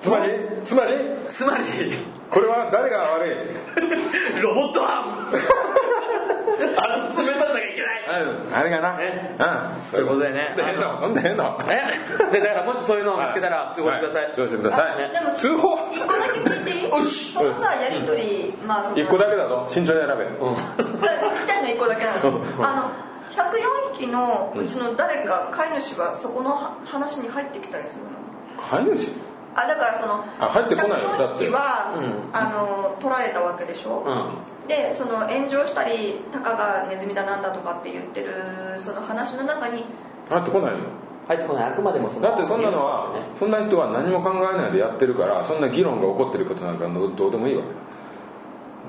Speaker 2: つまりつまり
Speaker 4: つまり
Speaker 2: これは誰が悪い
Speaker 4: ロボットアームあの冷たさがいけない
Speaker 2: うんあれがな
Speaker 4: ね
Speaker 2: うん
Speaker 4: そういうことでね
Speaker 2: 変な飲んで変な
Speaker 4: えでだからもしそういうのを見つけたら通報してください、
Speaker 2: はい通報してください
Speaker 5: でも
Speaker 2: 通報
Speaker 5: 一個だけ聞い
Speaker 4: よし
Speaker 5: そのさやりとり、まあその
Speaker 2: 一個だけだぞ慎重に選べ、
Speaker 5: 聞きたいの1個だけなのあの104匹のうちの誰か飼い主はそこの話に入ってきたりするの
Speaker 2: 飼い主
Speaker 5: あだからその
Speaker 2: あ入ってこないよだって
Speaker 5: 104匹は、あの取られたわけでしょ、でその炎上したりたかがネズミだなんだとかって言ってるその話の中に
Speaker 2: 入ってこないよ
Speaker 4: 入ってこないあくまでもその
Speaker 2: だってそんなのはそんな人は何も考えないでやってるからそんな議論が起こってることなんかどうでもいいわけだ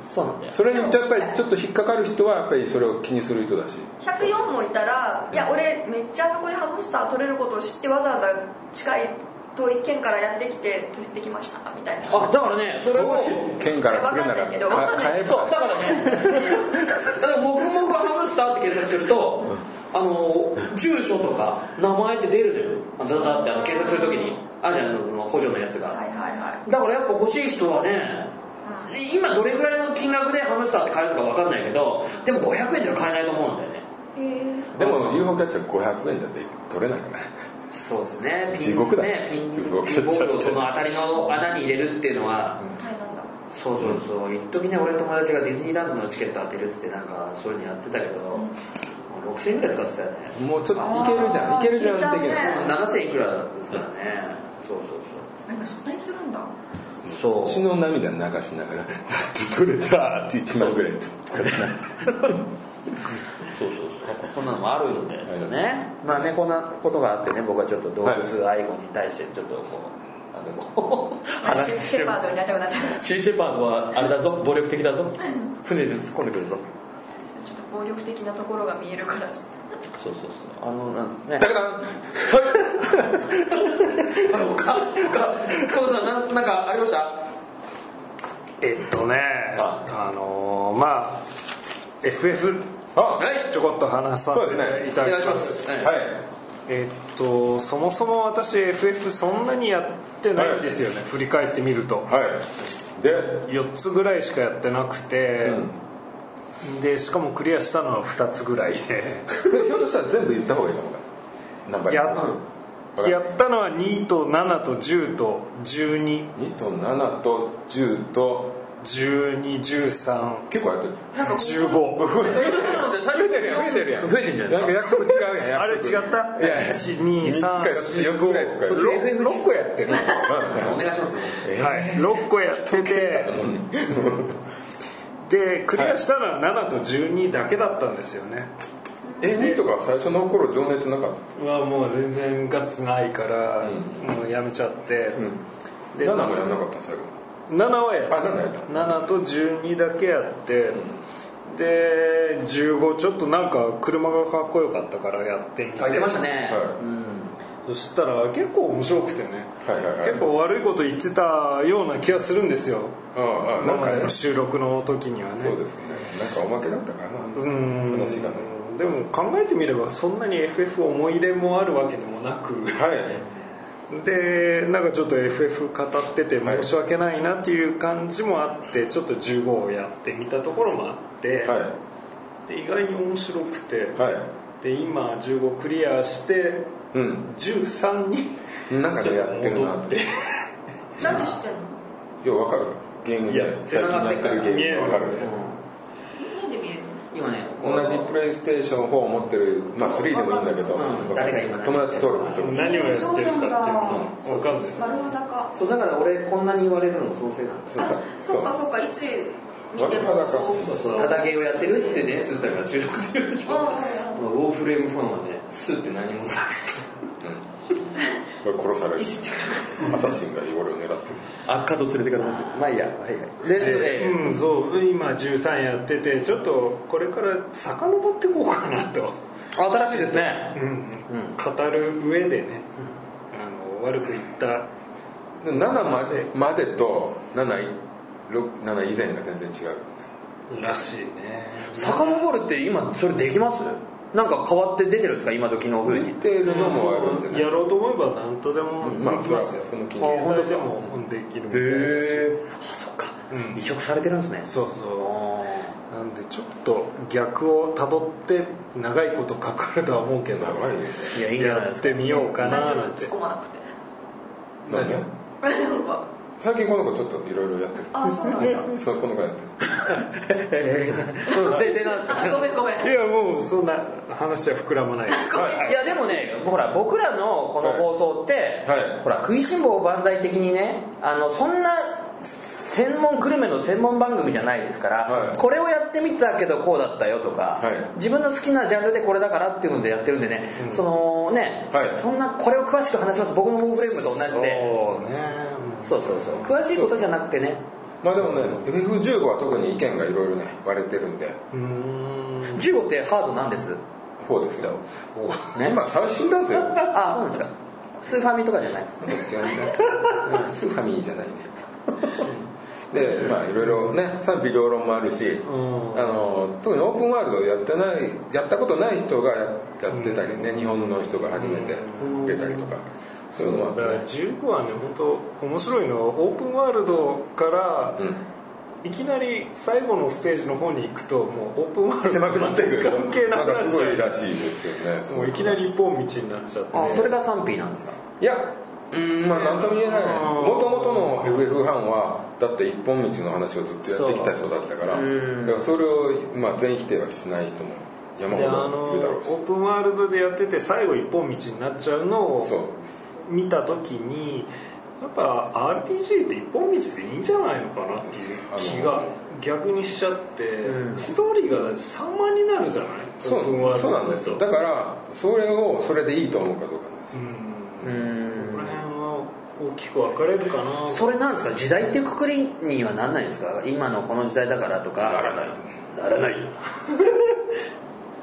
Speaker 4: そうなんだよ
Speaker 2: それにやっぱりちょっと引っかかる人はやっぱりそれを気にする人だし
Speaker 5: 104もいたら「いや俺めっちゃあそこでハムスター取れることを知ってわざわざ近い遠い県からやってきて取ってきました」みたいな
Speaker 4: あだからねそれを
Speaker 2: 県から来るな
Speaker 5: わかんないけど
Speaker 2: ら
Speaker 5: わかんない
Speaker 2: 買え
Speaker 5: けど
Speaker 4: そうだ
Speaker 2: ば
Speaker 4: からねだから「もぐもぐハムスター」って検索するとあの住所とか名前って出るのよだだってあの検索するときにあるじゃないその補助のやつ
Speaker 5: は
Speaker 4: が
Speaker 5: いはいはい
Speaker 4: だからやっぱ欲しい人はね今どれぐらいの金額でハムスターって買えるのか分かんないけどでも500円では買えないと思うんだよね
Speaker 2: でも UFO キャッチャー500円じゃ取れなくない
Speaker 4: そうですねピン
Speaker 2: 地獄だ
Speaker 4: ねピンピンボ
Speaker 2: 動けちゃって
Speaker 4: ールをその当たりの穴に入れるっていうのは、
Speaker 5: 大変なんだ
Speaker 4: そうそうそう一時ね俺の友達がディズニーランドのチケット当てるっつってなんかそういうのやってたけど、もう6000円ぐらい使ってたよね
Speaker 2: もうちょっといけるじゃんいけるじゃん的
Speaker 5: いけちゃうね
Speaker 2: な
Speaker 4: 7000いくらだったですからね、そう
Speaker 5: なんかそんなにするんだ
Speaker 4: そうそう
Speaker 2: 血
Speaker 4: そ
Speaker 2: の
Speaker 4: う
Speaker 2: 涙流しながら「やっと取れた!」って1万ぐらい使ってない
Speaker 4: そうそうこんなのもあるんですよね、まあねこんなことがあってね僕はちょっと動物愛護に対してちょっとこう、あのこう話して
Speaker 5: シェ
Speaker 4: る
Speaker 5: パードになっちゃうなっちゃう
Speaker 4: シーシェパードはあれだぞ暴力的だぞ船で突っ込んでくるぞ
Speaker 5: ちょっと暴力的なところが見えるからちょっ
Speaker 4: そうそうそうあのなん
Speaker 2: だ
Speaker 4: ね
Speaker 2: から
Speaker 4: あのかか加藤さんなんなんかありました
Speaker 7: えっとねあのーまあ FF
Speaker 2: あ
Speaker 4: い
Speaker 7: ちょこっと話させていただきます
Speaker 4: はい
Speaker 2: はい
Speaker 7: えっとそもそも私 FF そんなにやってないんですよね、振り返ってみると
Speaker 2: はい で
Speaker 7: 4つぐらいしかやってなくて、でしかもクリアしたのは2つぐらいで
Speaker 2: ひょっとしたら全部言った方がいいのか何倍
Speaker 7: や
Speaker 2: うん
Speaker 7: やったのは2と7と10と
Speaker 2: 2と7と10と
Speaker 7: 121315
Speaker 2: 結構やってる
Speaker 4: 最初ので最初
Speaker 2: 増えてるやん増えてるやん
Speaker 4: 増えてんじゃない
Speaker 2: なんか約束違うやん
Speaker 7: あれ違っ
Speaker 2: 約束
Speaker 7: た
Speaker 2: いやいや三つか四つぐらいとかよ
Speaker 7: 6個やってる
Speaker 4: ですかお願いします
Speaker 7: はい、6個やっ ててでクリアしたのは7と12だけだったんですよね、
Speaker 2: え2とか最初の頃情熱なかった
Speaker 7: はもう全然ガッツないから、もうやめちゃって、で
Speaker 2: 7もやんなかったの最後
Speaker 7: 7はやっ
Speaker 2: あ7やった
Speaker 7: た7と12だけやって、で15ちょっとなんか車がかっこよかったからやってみて
Speaker 4: 入ってましたね
Speaker 2: はい
Speaker 4: うん
Speaker 7: そしたら結構面白くてね、
Speaker 2: はいはいはい
Speaker 7: 結構悪いこと言ってたような気がするんですよ
Speaker 2: ああな
Speaker 7: 今
Speaker 2: ん
Speaker 7: ま
Speaker 2: か
Speaker 7: で
Speaker 2: ね
Speaker 7: の収録の時にはね
Speaker 2: そうですねなんかおまけだったかな
Speaker 7: うん
Speaker 2: 話がね
Speaker 7: でも考えてみればそんなに FF 思い入れもあるわけでもなく
Speaker 2: はい
Speaker 7: でなんかちょっと FF 語ってて申し訳ないなっていう感じもあってちょっと15をやってみたところもあって、
Speaker 2: はい
Speaker 7: で意外に面白くて、
Speaker 2: はい
Speaker 7: で今15クリアして
Speaker 2: うん
Speaker 7: 13に
Speaker 2: なんか
Speaker 7: ちょ
Speaker 2: ね
Speaker 7: っ
Speaker 2: や
Speaker 7: と
Speaker 2: ってるな
Speaker 7: 戻
Speaker 2: っ
Speaker 7: ってて
Speaker 5: となんで知ってんの
Speaker 2: ようわかるゲーム
Speaker 7: いや
Speaker 2: 最近やってるゲームわかる
Speaker 5: なんで見えるの
Speaker 4: 今ねこう
Speaker 2: 同じプレイステーション4を持ってるまあ3でもいいんだけど
Speaker 4: うん誰が今
Speaker 2: 友達登録してる
Speaker 7: 何をやってるかっていうの分かんないです
Speaker 5: 丸裸
Speaker 4: そうだから俺こんなに言われるのも創生なんです
Speaker 5: あそ
Speaker 4: よ
Speaker 5: っかそっかいつ見て
Speaker 2: 丸
Speaker 5: も
Speaker 2: 裸
Speaker 5: そう
Speaker 4: そうそう叩き絵をやってるってねスーさんが収録で言うでしょ
Speaker 5: う
Speaker 4: ウォーフレームフォンはねスーって何もさ
Speaker 2: これ殺されるアサシンが俺を狙ってる
Speaker 4: 悪化と連れてかれますよまあいいやはいはいでそれ
Speaker 7: うん、そう今13やっててちょっとこれから遡ってこうかなと、
Speaker 4: 新しいですね
Speaker 7: うん語る上でね、あの悪く言った
Speaker 2: 7までまでと7いろ7以前が全然違う
Speaker 7: らしいね
Speaker 4: 遡るって今それできますなんか変わって出てるんですか今時の風に
Speaker 2: 似てるのもあるんじゃない
Speaker 7: やろうと思えば何とでも
Speaker 2: うんまあ
Speaker 7: できますよ、
Speaker 2: それはその気に
Speaker 7: 携帯でもできるみたいだし、
Speaker 4: へあそっか
Speaker 7: うん
Speaker 4: 移植されてるんですね
Speaker 7: そうそうなんでちょっと逆をたどって長いことかかるとは思うけど
Speaker 2: 長いね
Speaker 4: いやいいんじゃないで
Speaker 7: やっ
Speaker 4: すか
Speaker 7: てみようかななんて
Speaker 5: 突っ込まなくて
Speaker 2: 何
Speaker 5: なんか
Speaker 2: 最近この子ちょっといろいろやってる
Speaker 5: あそうなん だ
Speaker 2: そうこの子やってる
Speaker 4: 全然なんですか
Speaker 5: あごめんごめん
Speaker 7: いやもうそんな話は膨らまないです
Speaker 4: いやでもねほら僕らのこの放送って、
Speaker 2: はいはい
Speaker 4: ほら食いしん坊万歳的にねあのそんな専門グルメの専門番組じゃないですから、
Speaker 2: はい
Speaker 4: これをやってみたけどこうだったよとか、
Speaker 2: はい
Speaker 4: 自分の好きなジャンルでこれだからっていうのでやってるんでね、そのね、
Speaker 2: はい
Speaker 4: そんなこれを詳しく話します僕のモグフレームと同じで
Speaker 7: そうね
Speaker 4: そうそうそう詳しいことじゃなくてね
Speaker 2: まあでもね F15 は特に意見がいろいろね割れてるんで
Speaker 4: 15ってハードなんです
Speaker 2: こうですよ今最新なんですよ
Speaker 4: あそうなんですかスーファミとかじゃないですか
Speaker 2: スーファミじゃないねでまあいろいろね賛否両論もあるし、あの特にオープンワールドやってないやったことない人がややってたりね、日本の人が初めて出たりとか、
Speaker 7: そ
Speaker 2: そういう
Speaker 7: う
Speaker 2: のもあ
Speaker 7: だ
Speaker 2: っ
Speaker 7: か
Speaker 2: て
Speaker 7: ら15はね本当面白いのはオープンワールドから、
Speaker 2: うん
Speaker 7: いきなり最後のステージの方に行くともうオープンワールド
Speaker 2: 狭くなってくる
Speaker 7: 関係なく
Speaker 2: ん
Speaker 7: な
Speaker 2: か
Speaker 7: っ
Speaker 2: す
Speaker 7: ち
Speaker 2: ご
Speaker 7: ゃ
Speaker 2: いうらしいですよね
Speaker 7: もういきなり一本道になっちゃって
Speaker 4: あそれが賛否なんですか
Speaker 2: いやうーんまあ何とも言えないもともとの FF 班はだって一本道の話をずっとやってきた人だったからだからそれを、まあ、全否定はしない人も山ほ
Speaker 7: であの
Speaker 2: どいるだろうし
Speaker 7: オープンワールドでやってて最後一本道になっちゃうの
Speaker 2: そう
Speaker 7: を見た時にやっぱ RPG って一本道でいいんじゃないのかなっていう気
Speaker 2: あ
Speaker 7: が
Speaker 2: の
Speaker 7: 逆にしちゃって、ストーリーが散漫になるじゃない
Speaker 2: そ
Speaker 7: オープンワ
Speaker 2: う
Speaker 7: ール
Speaker 2: そ
Speaker 7: ド
Speaker 2: う
Speaker 7: だ
Speaker 2: なん
Speaker 7: と
Speaker 2: ですよだからそれをそれでいいと思うかどうかなんですよ
Speaker 7: うん
Speaker 4: うん
Speaker 7: この辺は大きく分かれるかな
Speaker 4: それなんですか時代ってくくりにはなんないんですか今のこの時代だからとかならないならない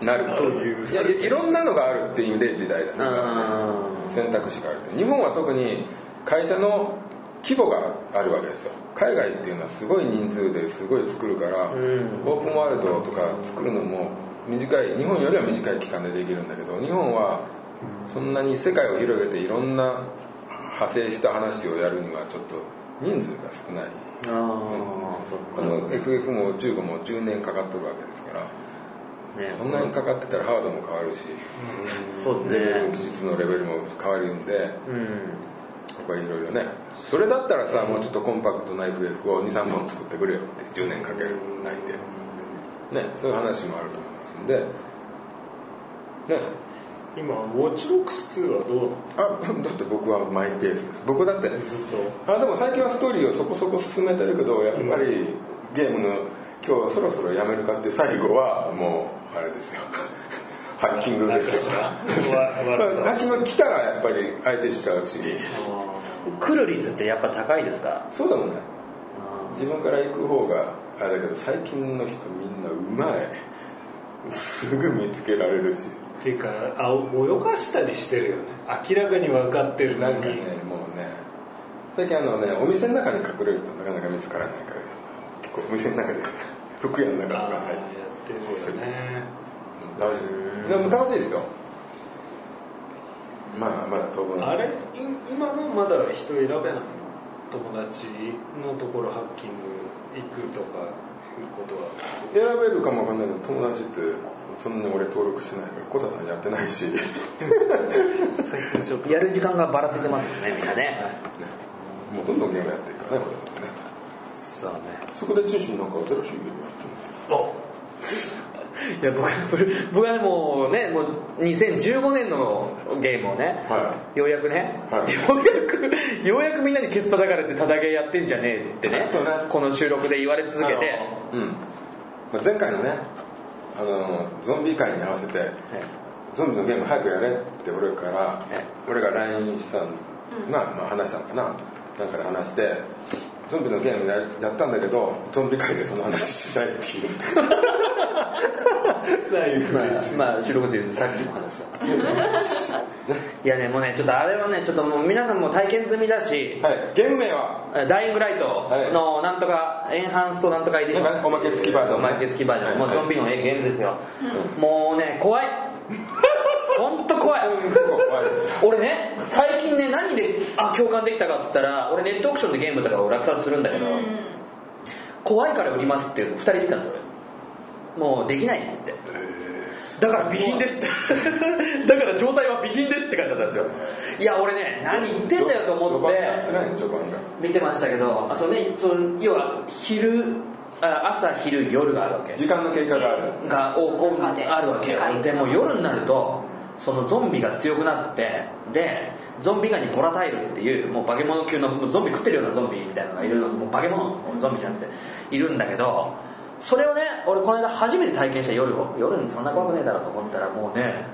Speaker 2: なる
Speaker 7: という
Speaker 2: やいやいろんなのがあるっていう意味で時代だね選択肢があるって日本は特に会社の規模があるわけですよ海外っていうのはすごい人数ですごい作るから、オープンワールドとか作るのも短い日本よりは短い期間でできるんだけど日本はそんなに世界を広げていろんな派生した話をやるにはちょっと人数が少ない
Speaker 4: あーそっか
Speaker 2: この FF も15も10年かかっとるわけですから
Speaker 4: ね
Speaker 2: そんなにかかってたらハードも変わるし
Speaker 4: そう
Speaker 2: レベル技
Speaker 4: ですね
Speaker 2: 術のレベルも変わるんでやっ
Speaker 4: うん
Speaker 2: ぱりいろいろねそれだったらさもうちょっとコンパクトな FF を23本作ってくれよって10年かけるないでねそういう話もあると思いますんでね
Speaker 7: 今ウォッチロックス2はどうなの
Speaker 2: あだって僕はマイペースです僕だって
Speaker 7: ずっと
Speaker 2: あでも最近はストーリーをそこそこ進めてるけどやっぱりゲームの今日はそろそろやめるかって最後はもうあれですよ ハッキングですよまあ
Speaker 7: 悪さ
Speaker 2: ハッキング来たらやっぱり相手しちゃうし
Speaker 4: 来る率ってやっぱ高いですか
Speaker 2: そうだもんね自分から行く方があれだけど最近の人みんなうまいすぐ見つけられるし
Speaker 7: っていうかあ泳がしたりしてるよね明らかに分かってるの
Speaker 2: なん
Speaker 7: に
Speaker 2: かねもうね最近あのねお店の中に隠れるとなかなか見つからないから結構お店の中で 服屋の中と
Speaker 7: あー
Speaker 2: か
Speaker 7: や
Speaker 2: 入っ
Speaker 7: ってるよね
Speaker 2: て楽しいでも楽しいですよまあまだ当分
Speaker 7: あれい今もまだ人選べないの友達のところハッキング行くとかいうことは
Speaker 2: 選べるかもわかんないけど友達ってそんなに俺登録してないからコタさんやってないし
Speaker 7: 最近ちょっ
Speaker 4: やる時間がばらついてますよねみんなね
Speaker 2: もうどんどんゲームやっていくからねコタさんね
Speaker 7: そうね
Speaker 2: そこで中心なんか新しいゲームやってる
Speaker 4: いや僕は僕はもうねもう2015年のゲームをね、
Speaker 2: は
Speaker 4: ようやくね、
Speaker 2: はい
Speaker 4: ようやくようやくみんなにケツ叩かれて叩けやってんじゃねえってね
Speaker 2: そうね
Speaker 4: この収録で言われ続けて
Speaker 2: うんまあ前回のねあのゾンビ会に合わせて、ゾンビのゲーム早くやれって俺から、俺が LINE したの、まあまあ話したのかななんかで話してゾンビのゲームややったんだけどゾンビ会でその話しない っていう
Speaker 7: 財布
Speaker 4: まあ、まあ収録で言うとさっきの話だいやねもうねちょっとあれはねちょっともう皆さんも体験済みだし、
Speaker 2: はいゲーム名 は
Speaker 4: ダイイングライトのなんとかエンハンスとなんとかエディション
Speaker 2: おまけ付きバージョン
Speaker 4: おまけ付きバージョンもう
Speaker 2: はい
Speaker 4: ゾンビのゲームですよもうね 怖い本当怖い俺ね最近ね何であ共感できたかって言ったら俺ネットオークションでゲームとかを落札するんだけど怖いから売りますっていうの2人で言ったんですよ俺もうできないって言ってだから備品ですって だから状態は備品ですって書いてあったんですよいや俺ね何言ってんだよと思って
Speaker 2: 序盤が辛い序盤が
Speaker 4: 見てましたけどあそのねその要は昼あ朝昼夜があるわけ
Speaker 2: 時間の経過があるんです
Speaker 4: がおおあるわけよ
Speaker 5: 世界
Speaker 4: でも夜になるとそのゾンビが強くなってでゾンビガにボラタイルっていうもう化け物級のもうゾンビ食ってるようなゾンビみたいなのがいるのもう化け物もうゾンビじゃなくているんだけどそれをね俺この間初めて体験した夜を夜にそんな怖くねえだろうと思ったらもうね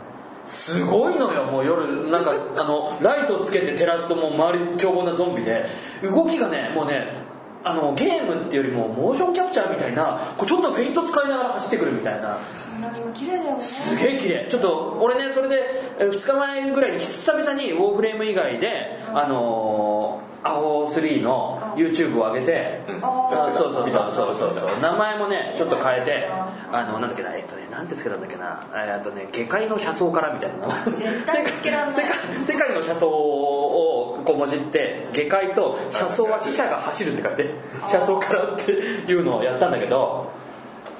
Speaker 4: すごいのよもう 夜なんかあのライトつけて照らすともう周り凶暴なゾンビで動きがねもうねあのゲームっていうよりもモーションキャプチャーみたいなこうちょっとフェイント使いながら走ってくるみたいな
Speaker 5: そんなに今綺麗だよね
Speaker 4: すげえ綺麗ちょっと俺ねそれで2日前ぐらいに久々にウォーフレーム以外で、あのー、アホ3の YouTube を上げて、
Speaker 5: あ
Speaker 4: あ
Speaker 5: ー
Speaker 4: そうそうそうそうそうそう名前もねちょっと変えてあのなんだっけなえっとねなんてつけたんだっけなえっとね下界の車窓からみたいな名前
Speaker 5: 絶対つけらんない
Speaker 4: 世界世界の車窓をこうもじって下界と車窓は死者が走るって書いて車窓からっていうのをやったんだけど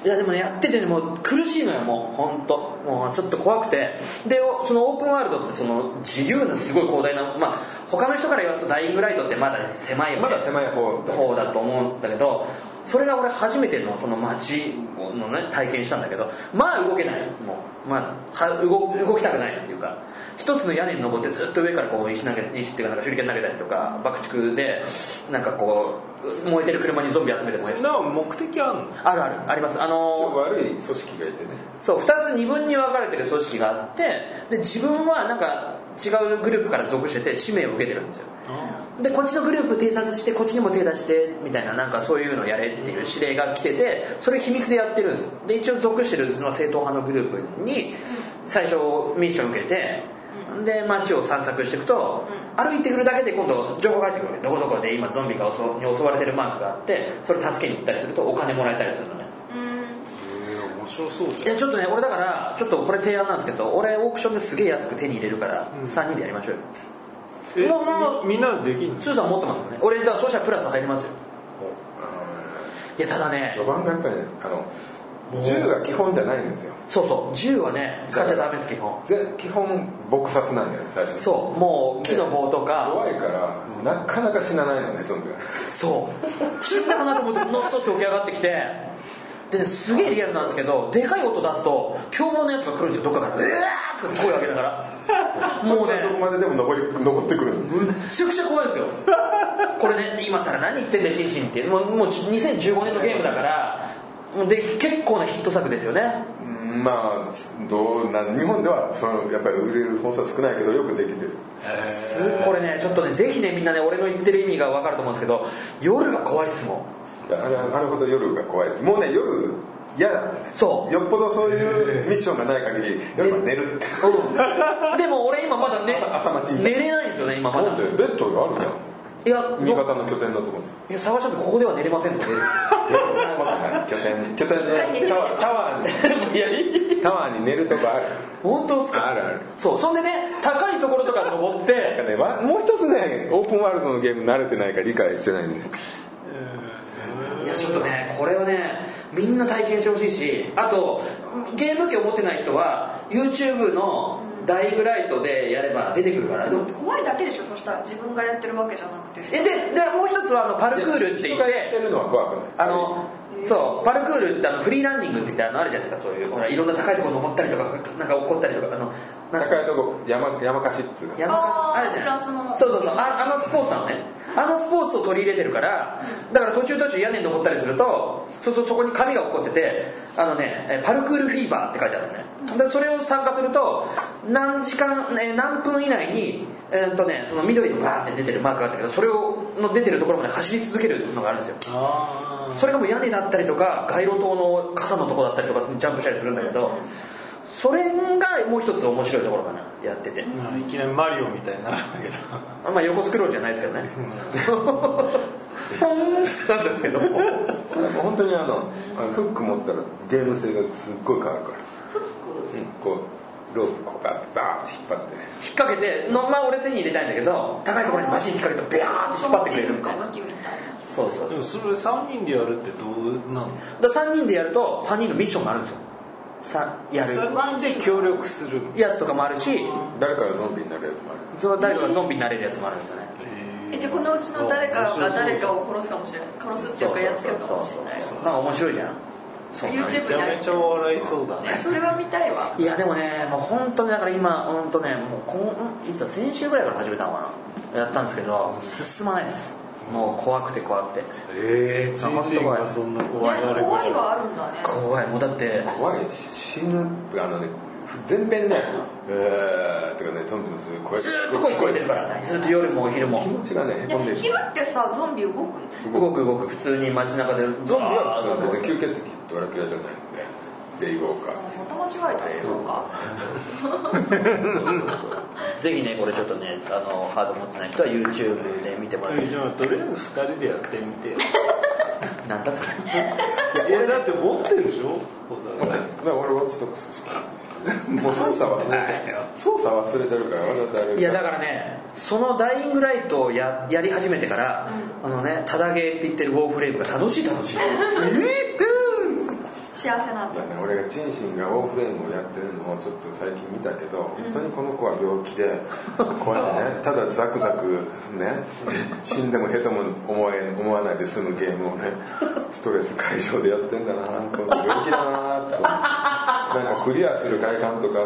Speaker 4: いやでもねやっててねもう苦しいのよもう本当もうちょっと怖くてでおそのオープンワールドってその自由なすごい広大なまあ他の人から言わすとダイイングライトってまだ狭いよね
Speaker 2: まだ狭い方だ
Speaker 4: 方だと思うんだけどそれが俺初めてのその街のね体験したんだけどまあ動けないもうまずは動動きたくないっていうか一つの屋根に登ってずっと上からこう石投げ石っていうかなんか手裏剣投げたりとか爆竹でなんかこう燃えてる車にゾンビ集めて燃えてる
Speaker 7: なお目的あんの
Speaker 4: あるあるありますあのー
Speaker 2: 悪い組織がいてね
Speaker 4: そう2つ二分に分かれてる組織があってで自分はなんか違うグループから属してて使命を受けてるんですよでこっちのグループ偵察してこっちにも手出してみたいななんかそういうのやれっていう指令が来ててそれ秘密でやってるんですよで一応属してるその正統派のグループに最初ミッション受けてで街を散策していくと歩いてくるだけで今度情報が入ってくるわけどこどこで今ゾンビが襲に襲われてるマークがあってそれ助けに行ったりするとお金もらえたりするのね
Speaker 7: 面白そう
Speaker 4: いやちょっとね俺だからちょっとこれ提案なんですけど俺オークションですげえ安く手に入れるから3人でやりましょうよ
Speaker 7: え
Speaker 4: うわうわ
Speaker 7: みみんなできんの
Speaker 4: スーさん持ってますもんね俺だからそうしたらプラス入りますよいやただね
Speaker 2: 序盤がやっぱりねあの銃が基本じゃないんですよ
Speaker 4: そうそう銃はね使っちゃダメです基本
Speaker 2: ぜ基本撲殺なんだよね最初に
Speaker 4: そうもう木の棒とか
Speaker 2: 怖いからもうなかなか死なないのねゾンビが
Speaker 4: そう死んだかなと思ってのっそって起き上がってきてでねすげえリアルなんですけどでかい音出すと凶暴なやつが来るんですよどっかからうわーって声上げながら もう
Speaker 2: そんな
Speaker 4: ね
Speaker 2: とこまででも登り 登ってくるの
Speaker 4: めちゃくちゃ怖いですよ これね今更何言ってんだよチンチンってもうもう2015年のゲームだからもうで結構なヒット作ですよね
Speaker 2: うんまあどうなん日本ではそのやっぱり売れる本数は少ないけどよくできてる
Speaker 4: すこれねちょっとねぜひねみんなね俺の言ってる意味が分かると思うんですけど夜が怖いですもん
Speaker 2: いやあれあれほど夜が怖いもうね夜嫌だもんね
Speaker 4: そう
Speaker 2: よっぽどそういうミッションがない限り夜は寝るって
Speaker 4: でも俺今まだね
Speaker 2: 朝朝待ちみた
Speaker 4: 寝
Speaker 2: い
Speaker 4: れないんですよね今まだ
Speaker 2: なんで ベッドがあるじゃん
Speaker 4: いやど
Speaker 2: 味方の拠点だと思うんです
Speaker 4: いや探したってこ こでは寝れません ので
Speaker 2: 拠点拠点でタワータワー
Speaker 4: いやいい
Speaker 2: にタワーに寝るとこある
Speaker 4: 本当ですか
Speaker 2: あるある
Speaker 4: そうそんでね高いところとか登って
Speaker 2: なんかねわもう一つねオープンワールドのゲーム慣れてないから理解してないんで
Speaker 4: いやちょっとねこれはねみんな体験してほしいしあとゲーム機を持ってない人は YouTube のダイブライトでやれば出てくるから
Speaker 5: でも怖いだけでしょそしたら自分がやってるわけじゃなくて
Speaker 4: えででもう一つはあのパルクールって言
Speaker 2: 人
Speaker 4: っ
Speaker 2: がやって
Speaker 4: て
Speaker 2: るのは怖くない
Speaker 4: あのそうパルクールってあのフリーランニングって言ってあのあるじゃないですかそういうほらいろんな高いところ登ったりとかなんか怒ったりとかあのなんか
Speaker 2: 高いとこ山山かしっつうか
Speaker 4: 山
Speaker 5: あー
Speaker 4: あるじゃ
Speaker 5: フ
Speaker 4: な
Speaker 5: ラ
Speaker 4: い
Speaker 5: ンスの
Speaker 4: そうそうそうああのスポーツなのねあのスポーツを取り入れてるからだから途中途中屋根に登ったりするとそうそうそこに紙が起こっててあのねえパルクールフィーバーって書いてあるのねでそれを参加すると何時間えー何分以内にえーっとねその緑のバーって出てるマークがあったけどそれをの出てるところまで走り続けるのがあるんですよ
Speaker 7: あ
Speaker 4: それがもう屋根だったりとか街路灯の傘のとこだったりとかジャンプしたりするんだけどそれがもう一つ面白いところかなやってて
Speaker 7: あいきなりマリオみたいになるんだけど
Speaker 4: あんまあ横スクロールじゃないですけどね。ポンなんですけども。
Speaker 2: 本当にあのあのフック持ったらゲーム性がすっごい変わるからうんこうロープこうバーって引っ張ってね
Speaker 4: 引っ掛けて、のまあ俺手に入れたいんだけど、高いところにマシン引っ掛けて、ビャーって引っ張ってくれるみたいな。
Speaker 5: みたいな
Speaker 4: そうそう。
Speaker 7: でもそれ3人でやるってどうなの
Speaker 4: だ3人でやると、3人のミッションがあるんですよ。さやる
Speaker 7: 3人で協力する
Speaker 4: やつとかもあるし
Speaker 2: 誰かがゾンビになるやつもある
Speaker 4: その誰かがゾンビになれるやつもあるんですよね
Speaker 5: えじゃあこのうちの誰かが誰かを殺すかもしれない殺すっていうかやっつけるかもしれない
Speaker 4: なんか面白いじゃんそうなんですよ
Speaker 7: め
Speaker 5: YouTube
Speaker 7: ちゃめちゃ笑いそうだ
Speaker 5: で
Speaker 7: ね
Speaker 5: それは見たいわ
Speaker 4: いやでもねもう本当にだから今本当ねもうこんいつだ先週ぐらいから始めたのかなやったんですけど進まないですもう怖くて怖くて
Speaker 7: ええチンシンがそんな怖い
Speaker 5: ね
Speaker 7: あれ
Speaker 5: 怖いはあるんだね
Speaker 4: 怖いもうだって
Speaker 2: 怖いし死ぬってあのね全編ねえーとかねゾンビのそういう声が
Speaker 4: ずーっと声聞こえてるからねずっと夜も昼も
Speaker 2: 気持ちがねへこんで
Speaker 5: で
Speaker 2: る
Speaker 5: 昼ってさゾンビ動くの
Speaker 4: 動く動く普通に街中でゾンビは
Speaker 2: そう
Speaker 4: 動
Speaker 2: 別に
Speaker 4: く
Speaker 2: 吸血鬼ドラキュラじゃないんでベイウォーカー
Speaker 5: また間違えたよそうか
Speaker 4: ぜひねこれちょっとねあのハード持ってない人は YouTube で見てもらっ
Speaker 7: え
Speaker 4: て
Speaker 7: じゃあとりあえず2人でやってみ てよ
Speaker 4: なんだそれ
Speaker 7: 俺だって持ってるでしょ
Speaker 2: だか ら俺ウォッチドックスしかもう操作忘れてる操作忘れてるからわざとあれ
Speaker 4: いやだからねそのダイイングライトをややり始めてから、あのねタダゲーって言ってるウォーフレームが楽しい楽しい
Speaker 5: 幸せなん
Speaker 2: いや
Speaker 5: だ
Speaker 2: ね、俺がチンシンがウォーフレームをやってるのをちょっと最近見たけど、本当にこの子は病気でこれねただザクザクね死んでもへとも思え思わないで済むゲームをねストレス解消でやってんだなこの病気だなとなんかクリアする快感とか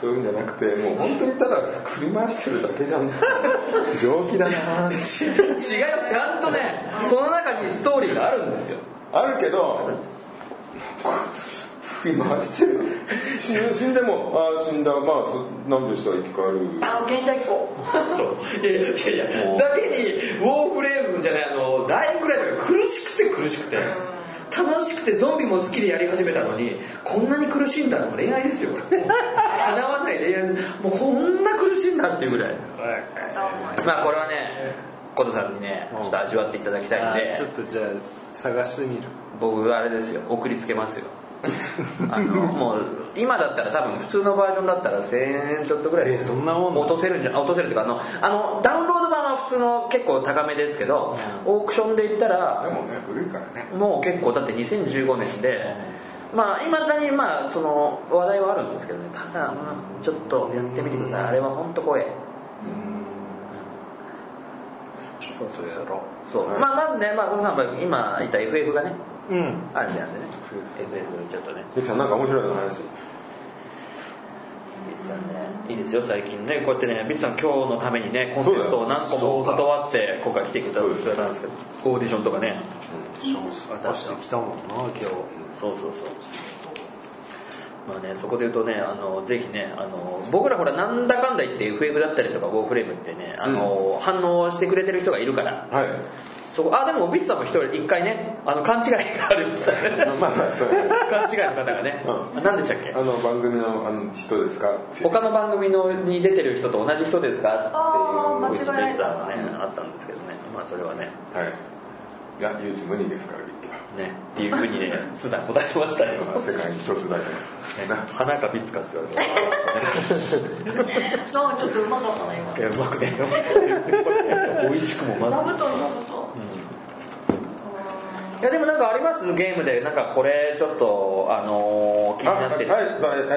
Speaker 2: そういうんじゃなくてもう本当にただ振り回してるだけじゃん病気だな
Speaker 4: 違うちゃんとねその中にストーリーがあるんですよ
Speaker 2: あるけど振り回してる死ぬ死んでもああ死んだまあそ何秒したら生き返る
Speaker 5: あ現代以降
Speaker 4: そういやいやいやいやだけにウォーフレームじゃないあのダイイングライトが苦しくて苦しくて楽しくてゾンビも好きでやり始めたのにこんなに苦しんだのも恋愛ですよこれ叶わない恋愛もうこんな苦しんだっていうぐらい
Speaker 5: 片思い
Speaker 4: まあこれはねコトさんにねちょっと味わっていただきたいんで
Speaker 7: ちょっとじゃあ探してみる
Speaker 4: 僕あれですよ送りつけますよあのもう今だったら多分普通のバージョンだったら1000円ちょっとぐらい
Speaker 7: えそんなもんな
Speaker 4: 落とせるんじゃ落とせるっていうかあのあのダウンロード版は普通の結構高めですけどオークションで言った
Speaker 2: で
Speaker 4: ら
Speaker 2: もね古いからね
Speaker 4: もう結構だって2015年でまあいまだにまあその話題はあるんですけどねただまあちょっとやってみてくださいあれは本当怖い
Speaker 7: そうそうやろ
Speaker 4: そうまあまずねまあ小野さんは今言った FF がね
Speaker 7: ううん
Speaker 4: あるみたいなんでね FF ちょっとね
Speaker 2: ゆきさんなんか面白い話
Speaker 4: ビッツさんねいいですよ最近ねこうやってねビッツさん今日のためにねコンテストを何個も断って今回来てくれたんですけどオーディションとかね
Speaker 7: そう探してきたもんな今日
Speaker 4: そうそうそうまあねそこで言うとねあのぜひねあの僕らほらなんだかんだ言って FF だったりとかウォーフレームってねあの、反応してくれてる人がいるから
Speaker 2: はい
Speaker 4: そこあでもビッツさんも一人一回ねあの勘違いがありましたね
Speaker 2: まあまあそうね
Speaker 4: 勘違いの方がね、
Speaker 2: う
Speaker 4: 何でしたっけ
Speaker 2: あの番組のあの人ですかっていう
Speaker 4: 他の番組のに出てる人と同じ人ですか
Speaker 5: あー
Speaker 4: っていう
Speaker 5: 間違えられた
Speaker 4: がねあったんですけどねまあそれはね
Speaker 2: はいいや唯一無二ですからビッキは
Speaker 4: ねっていうふうに ねスーさん答えてましたよ
Speaker 2: まあ世界に一つだけですな
Speaker 4: 花かビツかって言われ
Speaker 5: なんかちょっとうまかったな今
Speaker 4: ていやうまくね美味しくもまず
Speaker 5: 座布団座布団
Speaker 4: いやでもなんかありますゲームでなんかこれちょっとあのー、気に
Speaker 2: あ
Speaker 4: なっ
Speaker 2: は
Speaker 4: て
Speaker 2: い
Speaker 4: る、
Speaker 2: はいはい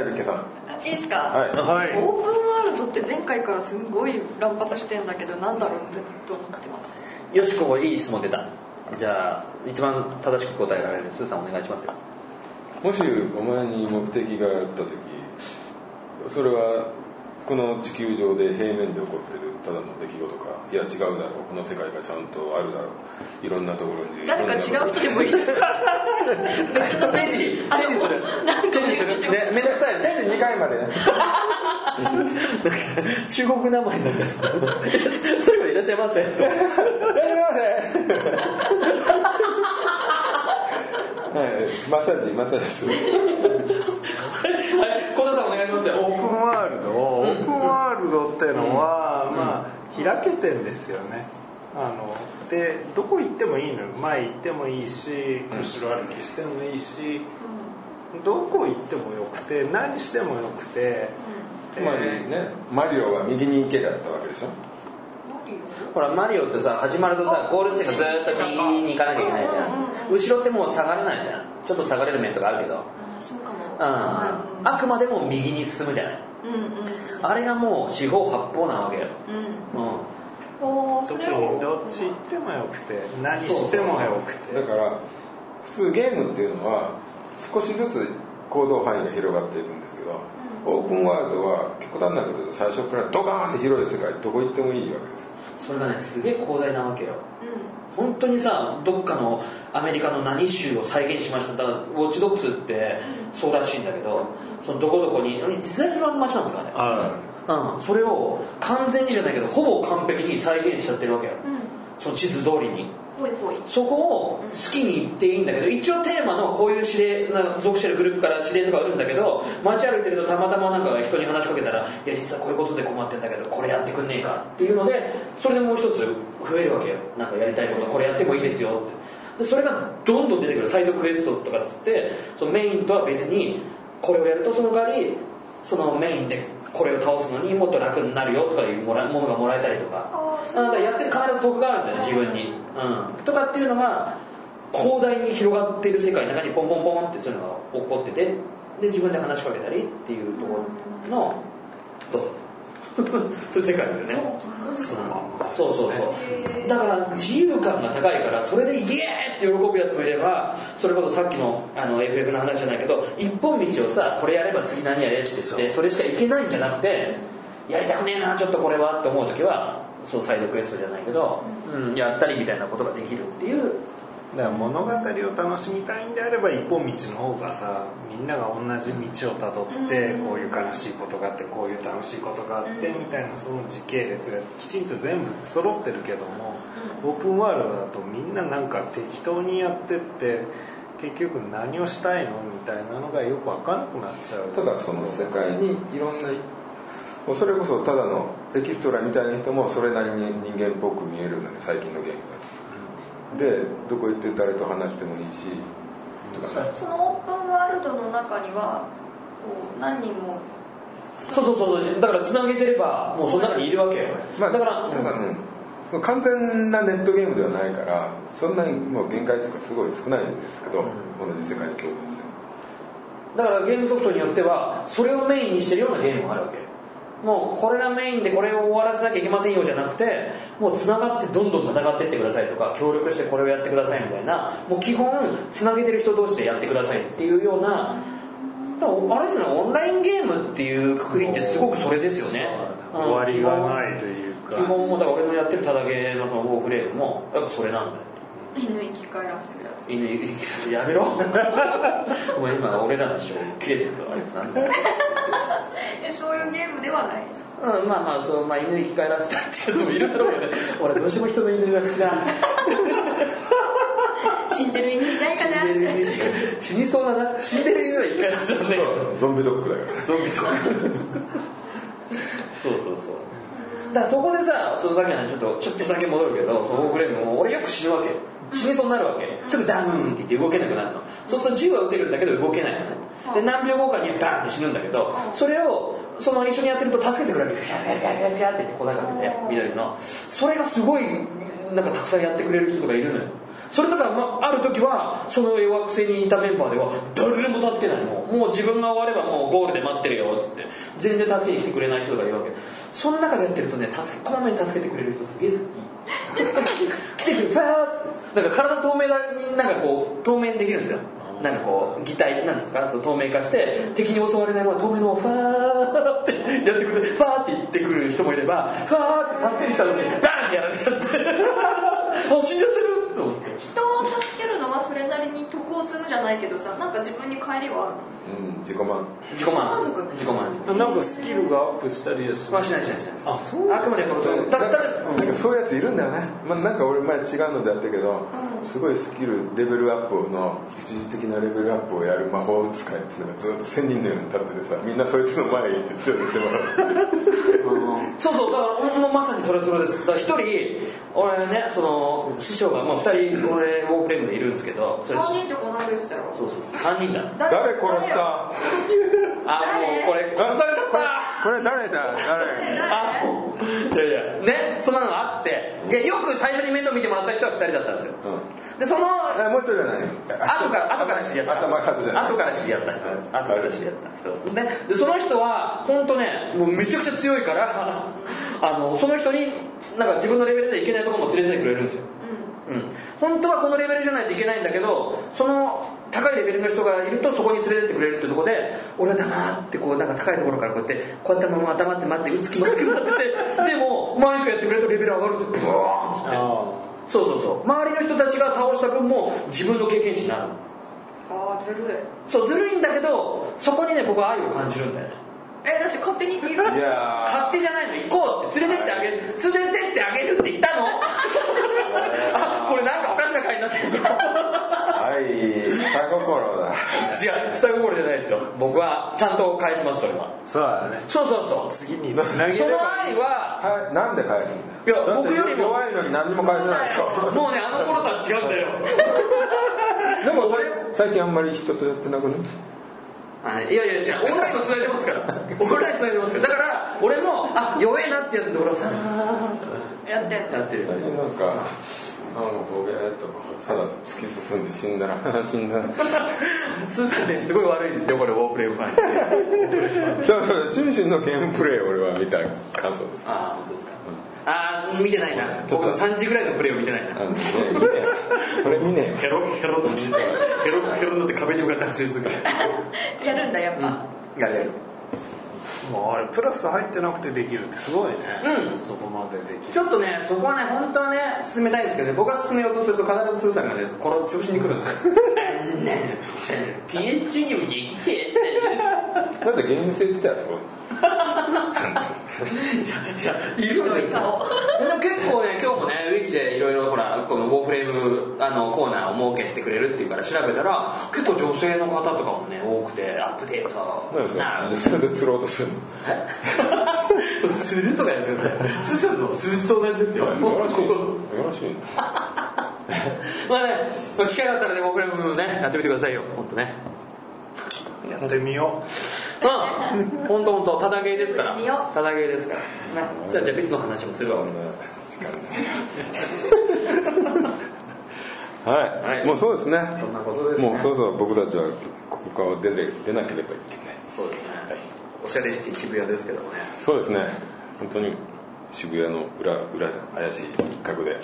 Speaker 2: ビッキさん
Speaker 5: あいいですか、
Speaker 2: はい
Speaker 7: はい
Speaker 5: オープンワールドって前回からすんごい乱発してんだけどなんだろうってずっと思ってます
Speaker 4: よしここいい質問出たじゃあ一番正しく答えられるスーさんお願いしますよ
Speaker 2: もしお前に目的があった時それはこの地球上で平面で起こってるただの出来事かいや違うだろうこの世界がちゃんとあるだろういろんなところに
Speaker 5: 誰か違う人でもいいですか別のチェンジあでもなんかお願いします
Speaker 4: ねめんどくさい
Speaker 2: 全部2回までね
Speaker 4: 中国名前なんです。それはいらっしゃいませ。いらっしゃいま
Speaker 2: はいマッサージマッサージする
Speaker 4: せ。はい、小田さんお願いしますよ。
Speaker 7: オープンワールドオープンワールドってのは、まあ開けてんですよねあのでどこ行ってもいいのよ前行ってもいいし後ろ歩きしてもいいし、どこ行ってもよくて何してもよくて、
Speaker 2: つまりねマリオは右に行けだったわけでしょ
Speaker 5: マリオ
Speaker 4: ほらマリオってさ始まるとさゴール地点がずーっと右に行かなきゃいけないじゃん。後ろってもう下がれないじゃんちょっと下がれる面とかあるけど、うん、
Speaker 5: ああそうかも
Speaker 4: あくまでも右に進むじゃない
Speaker 5: うんうんうん
Speaker 4: あれがもう四方八方なわけよ、
Speaker 5: うん
Speaker 4: う
Speaker 5: おーそ
Speaker 7: 特
Speaker 5: れを
Speaker 7: にどっち行ってもよくて何してもよくて
Speaker 2: だから普通ゲームっていうのは少しずつ行動範囲が広がっていくんですけど、オープンワールドは極端なことで最初からドカーンって広い世界どこ行ってもいいわけです
Speaker 4: ん、それがねすげえ広大なわけよ
Speaker 5: う
Speaker 4: 本当にさどっかのアメリカの何州を再現しましただからウォッチドックスってそうらしいんだけどそのどこどこに実在する街なんですかね
Speaker 7: あ
Speaker 4: うん、それを完全にじゃないけどほぼ完璧に再現しちゃってるわけよ
Speaker 5: んうん
Speaker 4: その地図通りに
Speaker 5: ぽいぽい
Speaker 4: そこを好きに言っていいんだけど一応テーマのこういう指令なんか属してるグループから指令とかあるんだけど街歩いてるとたまたまなんか人に話しかけたら「いや実はこういうことで困ってんだけどこれやってくんねえか」っていうのでそれでもう一つ増えるわけよなんかやりたいことこれやってもいいですよってでそれがどんどん出てくるサイドクエストとかっつってそのメインとは別にこれをやるとその代わりそのメインでこれを倒すのにもっと楽になるよとかいうもらものがもらえたりとか
Speaker 5: あー
Speaker 4: あなんかやってる必ず得があるんだよね自分に、うん、とかっていうのが広大に広がってる世界の中にポンポンポンってそういうのが起こっててで自分で話しかけたりっていうところのどうぞ そういう世界ですよね
Speaker 7: そのまんま
Speaker 4: そうそうそうだから自由感が高いからそれでイエーって喜ぶやつもいればそれこそさっきのあの FF の話じゃないけど一本道をさこれやれば次何やれって言っ
Speaker 7: そ
Speaker 4: て
Speaker 7: う
Speaker 4: それしかいけないんじゃなくてやりたくねえなちょっとこれはって思う時はそうサイドクエストじゃないけど、うん、やったりみたいなことができるっていう
Speaker 7: だから物語を楽しみたいんであれば一本道の方がさみんなが同じ道をたどって
Speaker 5: うん
Speaker 7: こういう悲しいことがあってこういう楽しいことがあって
Speaker 5: うん
Speaker 7: みたいなその時系列がきちんと全部揃ってるけどもオープンワールドだとみんななんか適当にやってって結局何をしたいのみたいなのがよく分かんなくなっちゃう
Speaker 2: ただその世界にいろんなもうそれこそただのエキストラみたいな人もそれなりに人間っぽく見えるのね最近のゲームがでどこ行って誰と話してもいいしとかさ
Speaker 5: そのオープンワールドの中にはこう何人も
Speaker 4: そうそうそうそうだからつなげてればもうその中にいるわけよ、
Speaker 2: まあ、
Speaker 4: だから、
Speaker 2: ただね、その完全なネットゲームではないからそんなにもう限界とかすごい少ないんですけど、同じ世界に共存して
Speaker 4: だからゲームソフトによってはそれをメインにしてるようなゲームもあるわけよもうこれがメインでこれを終わらせなきゃいけませんよじゃなくてもうつながってどんどん戦ってってくださいとか協力してこれをやってくださいみたいなもう基本つなげてる人同士でやってくださいっていうようなだからあれですよねオンラインゲームっていうくくりってすごくそれですよね
Speaker 7: そうだね終わりがないという
Speaker 4: 基
Speaker 7: か
Speaker 4: 本基本もだから俺のやってるタダゲーのそのウォーフレームもやっぱそれなんだよ
Speaker 5: 犬生き返らせるやつ
Speaker 4: 犬や めろお前今俺らの師匠切れてるからあれですなんだ
Speaker 5: えそういうゲームではない
Speaker 4: うん、まあまあそう、まあ、犬に生き返らせたってやつもいるだろうけどね 俺どうしても人の犬が好きだ
Speaker 5: 死んでる犬いないかな
Speaker 4: 死んでる犬 死にそうだな死んでる犬は生き返らせたんだけど
Speaker 2: るゾンビドッグだから
Speaker 4: ゾンビとかそうそうそうだからそこでさそのさっきの話ちょっとちょっとだけ戻るけどそのフォークレームも俺よく死ぬわけ死にそうになるわけすぐダウンって言って動けなくなるのそうすると銃は撃てるんだけど動けないのねで何秒後かにバーンって死ぬんだけどそれをその一緒にやってると助けてくれるわけフィャフィャフィャフィャフィャって言って粉かけて緑のそれがすごいなんかたくさんやってくれる人とかいるのよそれとか、まある時はその惑星にいたメンバーでは誰も助けないのもう自分が終わればもうゴールで待ってるよっつって全然助けに来てくれない人がいるわけその中でやってるとね助けこまめに助けてくれる人すげえ好き来てくれファーっつってなんか体透明だになんかこう透明にできるんですよなんかこう擬態なんですかその透明化して敵に襲われないまま透明のファーってやってくれてファーって言ってくる人もいればファーって助けに来た時にバーンってやられちゃってあ死んじゃってると思って
Speaker 5: 人を助けるのはそれなりに徳を積むじゃないけどさなんか自分に帰りは
Speaker 2: うん自己満
Speaker 4: 自己満
Speaker 5: 満足
Speaker 4: 自己満足
Speaker 7: なんかスキルがアップしたりはし
Speaker 4: まあ
Speaker 7: ない
Speaker 4: しないしないしないです
Speaker 7: あそう
Speaker 4: あくまでプロトコルただただ
Speaker 2: なんかそういうやついるんだよね、まあ、なんか俺前違うのであったけど、すごいスキルレベルアップの一時的なレベルアップをやる魔法使いっていうのがずっと1000人のように立っててさみんなそいつの前に行って強くしてもらう
Speaker 4: そうそうだからもうまさにそれそれですだから一人俺ねその師匠がまあ二人俺ウォーフレームでいるんですけどそれそう
Speaker 5: 3人ってこの間言ってたよ
Speaker 4: そう3人だ
Speaker 5: 誰
Speaker 2: 誰殺した
Speaker 4: あもうこれ殺されちゃっ
Speaker 2: これ誰だ誰
Speaker 4: あいやいやねそんなのがあってでよく最初に面倒見てもらった人は2人だったんですよ、でその
Speaker 2: えもう一人じゃない
Speaker 4: 後から後から知り合った
Speaker 2: 頭数じゃない
Speaker 4: 後から知り合った人後から知り合った人ででその人は本当ねもうめちゃくちゃ強いから あのその人になんか自分のレベルでいけないとこも連れてってくれるんですよ、うん、本当はこのレベルじゃないといけないんだけどその高いレベルの人がいるとそこに連れてってくれるってとこで俺は黙ってこうなんか高いところからこうやってこうやってまま黙って待ってうつ気まずくなって てでも周りの人がやってくれるとレベル上がるんですよブワーンっつってそうそうそう周りの人たちが倒した分も自分の経験値になる
Speaker 5: ああずるい
Speaker 4: そうずるいんだけどそこにね僕は愛を感じるんだよね
Speaker 5: えだって勝手にいる
Speaker 2: いや
Speaker 4: 勝手じゃないの行こうって連れてってあげる連れてってあげるって言ったの あこれなんかおかしな会になってる
Speaker 2: ーはい下心だ
Speaker 4: 違う下心じゃないですよ僕はちゃんと返しますそれは
Speaker 7: そうだね
Speaker 4: そうそうそう
Speaker 7: 次につなげ
Speaker 4: そ
Speaker 7: れ
Speaker 4: の
Speaker 7: ば
Speaker 4: 愛は
Speaker 2: かなんで返すんだよ
Speaker 4: いや
Speaker 2: だって
Speaker 4: 僕よりも
Speaker 2: 弱いのに何にも返せないでしょ
Speaker 4: もうねあの頃とは違うんだよ
Speaker 2: でもそれ最近あんまり人とやってなくね
Speaker 4: あいやいや違うオンラインも繋いでますからオンライン繋いでますからだから俺もあ弱えなってやつで俺はさ
Speaker 5: やってんだ
Speaker 4: やってる
Speaker 2: 最近なんかあのボケーっとただ突き進んで死んだら死んだら
Speaker 4: スーさんねすごい悪いですよこれウォープレイファン
Speaker 2: だから中心のゲームプレイを俺は見た感想です
Speaker 4: ああ本当ですか、ああ見てないな僕の3時ぐらいのプレイを見てないな
Speaker 2: あのね見ねえそれ見ねえ
Speaker 4: ヘロヘロだってヘロヘロだって壁に向かって走り続ける
Speaker 5: やるんだやっぱ、
Speaker 4: やれる
Speaker 7: もうあれプラス入ってなくてできるってすごいね、
Speaker 4: うん
Speaker 7: そこまでできる
Speaker 4: ちょっとねそこはね本当はね進めたいんですけどね僕が進めようとすると必ずスーさんがねこの潰しに来るんですよ PSG にもできちゃえ
Speaker 2: よだってゲーム性自体はそう
Speaker 4: いやいるんですよでも結構ね今日もねウィキでいろいろほらこのウォーフレームあのコーナーを設けてくれるっていうから調べたら結構女性の方とかもね多くてアップデ
Speaker 2: な
Speaker 4: ー
Speaker 2: ん
Speaker 4: ト
Speaker 2: で
Speaker 4: なあ
Speaker 2: それで釣ろうとするの
Speaker 4: するとかやってくださいスーさんの数字と同じですよ
Speaker 2: よろしい
Speaker 4: ここ
Speaker 2: よろしいね
Speaker 4: まあね、まあ、機会があったらねウォーフレームねやってみてくださいよ本当ね
Speaker 7: やってみよ
Speaker 4: うん本当本当ただゲーですから
Speaker 5: 見よ
Speaker 4: ただゲーですから、ね、じゃあじゃあ別の話もするわ俺
Speaker 2: はい、
Speaker 4: はい
Speaker 2: もうそうですね
Speaker 4: そんなことですね
Speaker 2: もうそろそろ僕たちはここから出れ出なければいけない
Speaker 4: そうですねおしゃれして渋谷ですけどもね
Speaker 2: そうですね本当に渋谷の裏裏怪しい一角で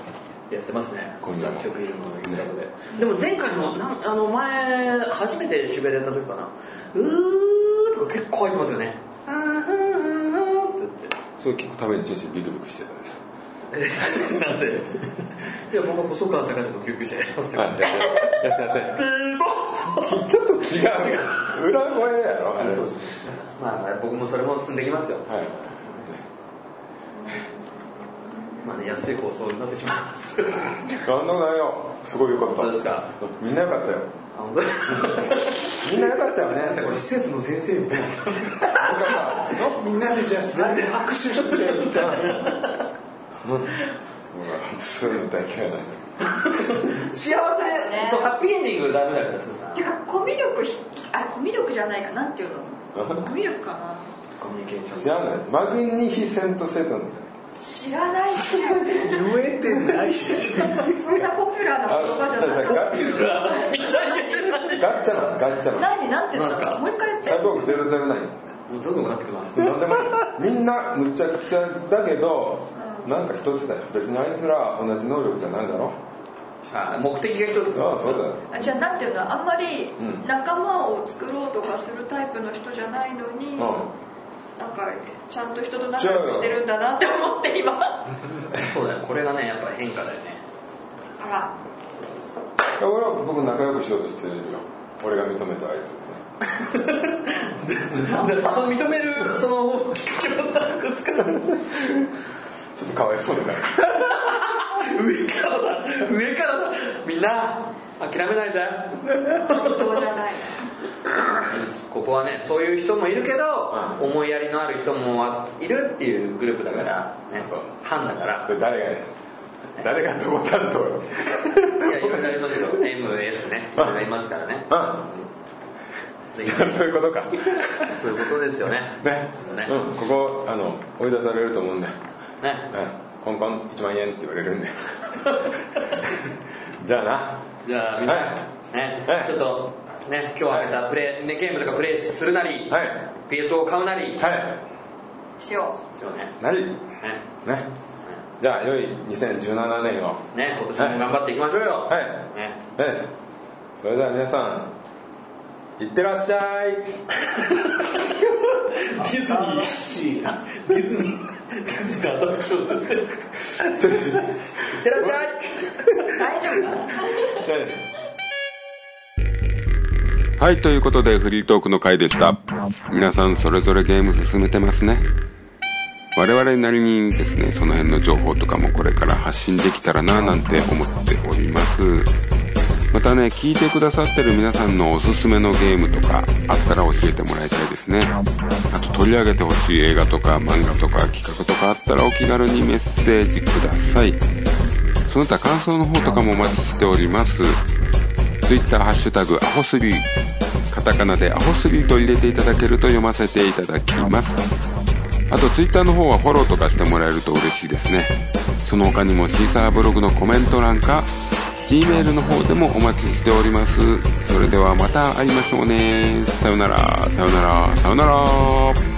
Speaker 4: やってますね
Speaker 2: 今夜も
Speaker 4: 作曲いるのの一角で、でも前回もなんあの前初めて渋谷でやった時かな「うー」とか結構入ってますよね「あーはーはー」って
Speaker 2: それ聞くために人生ビクビクしてたね
Speaker 4: 言って なぜいや僕は細川隆史の救急車やりますよ
Speaker 2: あやってやってやってちょっと違う裏声やろあれ そうです
Speaker 4: まあまあ僕もそれも積んできますよ
Speaker 2: はい
Speaker 4: まあね安い放送になってしまいました
Speaker 2: なんでもないよすごいよかった
Speaker 4: そうですか
Speaker 2: みんなよかったよ
Speaker 4: あ本当に
Speaker 2: みんなよかったよね
Speaker 4: なんかこれ施設の先生みたいな
Speaker 7: うみんなでじゃあ握手してみたいな
Speaker 2: 僕はするの大嫌いなんだ
Speaker 4: 幸せそうハッピーエンディングダメだからすずさん
Speaker 5: てかコミュ力ひあコミュ力じゃないかなんていうのコミュ力かな
Speaker 4: コミュニケーショ
Speaker 2: 知ら
Speaker 4: ン
Speaker 2: ないマグニフィセントセブンだよ
Speaker 5: 知ら ないしそ
Speaker 7: 言えてないし
Speaker 5: んなポピュラーな言葉じゃな
Speaker 2: あ
Speaker 5: か
Speaker 2: ガッ
Speaker 4: めっちゃ言って ない
Speaker 2: ガッチャなのガッチャなの
Speaker 5: 何なんて言う
Speaker 4: なんすか
Speaker 5: のもう一回言って
Speaker 2: サイボーグ009
Speaker 4: もうどんどん買ってくな
Speaker 2: なんでもいいみんなむちゃくちゃだけどなんか一つだよ別にあいつら同じ能力じゃないだろ
Speaker 4: あ目的が一つ
Speaker 2: ああそうだよ
Speaker 5: あじゃあなんていうのあんまり
Speaker 2: ん
Speaker 5: 仲間を作ろうとかするタイプの人じゃないのに、なんかちゃんと人と仲良くしてるんだなって思って今あ
Speaker 4: そうだよこれがねやっぱ変化だよね
Speaker 5: ら
Speaker 2: うん俺は僕仲良くしようとしてるよ俺が認めた相手とね
Speaker 4: その認めるその
Speaker 2: ちょっとかわいそうだから
Speaker 4: 上からだ上からだみんな諦めないで
Speaker 5: そうじゃない
Speaker 4: ここはねそういう人もいるけど、思いやりのある人もいるっていうグループだから、ね
Speaker 2: そう、
Speaker 4: 班だか ら
Speaker 2: これ誰がね誰がどこ担当よ
Speaker 4: いやいろいろありますよ MS ねいろいろいますからね
Speaker 2: う
Speaker 4: ぜひ
Speaker 1: そういうことか
Speaker 4: そういうことですよね
Speaker 1: ね
Speaker 4: ね
Speaker 1: うんここあの追い出されると思うんで、
Speaker 4: ね
Speaker 1: うん、コンコン1万円って言われるんでじゃあな
Speaker 4: じゃあみんな、
Speaker 1: は
Speaker 4: ね
Speaker 1: はい
Speaker 4: ちょっとね今日あげたプレイ、ね、ゲームとかプレイするなり、
Speaker 1: はい
Speaker 4: PS を買うなり、
Speaker 1: はい
Speaker 5: しよ
Speaker 4: ですよね
Speaker 1: なり
Speaker 4: ね
Speaker 1: ねじゃあ良い2017年を
Speaker 4: ね今年も頑張っていきましょうよ、
Speaker 1: はい
Speaker 4: ね、
Speaker 1: ねそれでは皆さんいってらっしゃ
Speaker 9: デ
Speaker 1: い
Speaker 9: ィズニーしいなディズニーディズニーの頭強ですよ
Speaker 4: いってらっしゃいう
Speaker 5: 大丈夫かな
Speaker 1: はいということでフリートークの回でした皆さんそれぞれゲーム進めてますね我々なりにですねその辺の情報とかもこれから発信できたらななんて思っておりますまたね聞いてくださってる皆さんのおすすめのゲームとかあったら教えてもらいたいですねあと取り上げてほしい映画とか漫画とか企画とかあったらお気軽にメッセージくださいその他感想の方とかもお待ちしておりますツイッターハッシュタグアホスリーカタカナでアホスリーと入れていただけると読ませていただきますあとツイッターの方はフォローとかしてもらえると嬉しいですねその他にもシーサーブログのコメント欄か G メールの方でもお待ちしておりますそれではまた会いましょうねさよならさよならさよなら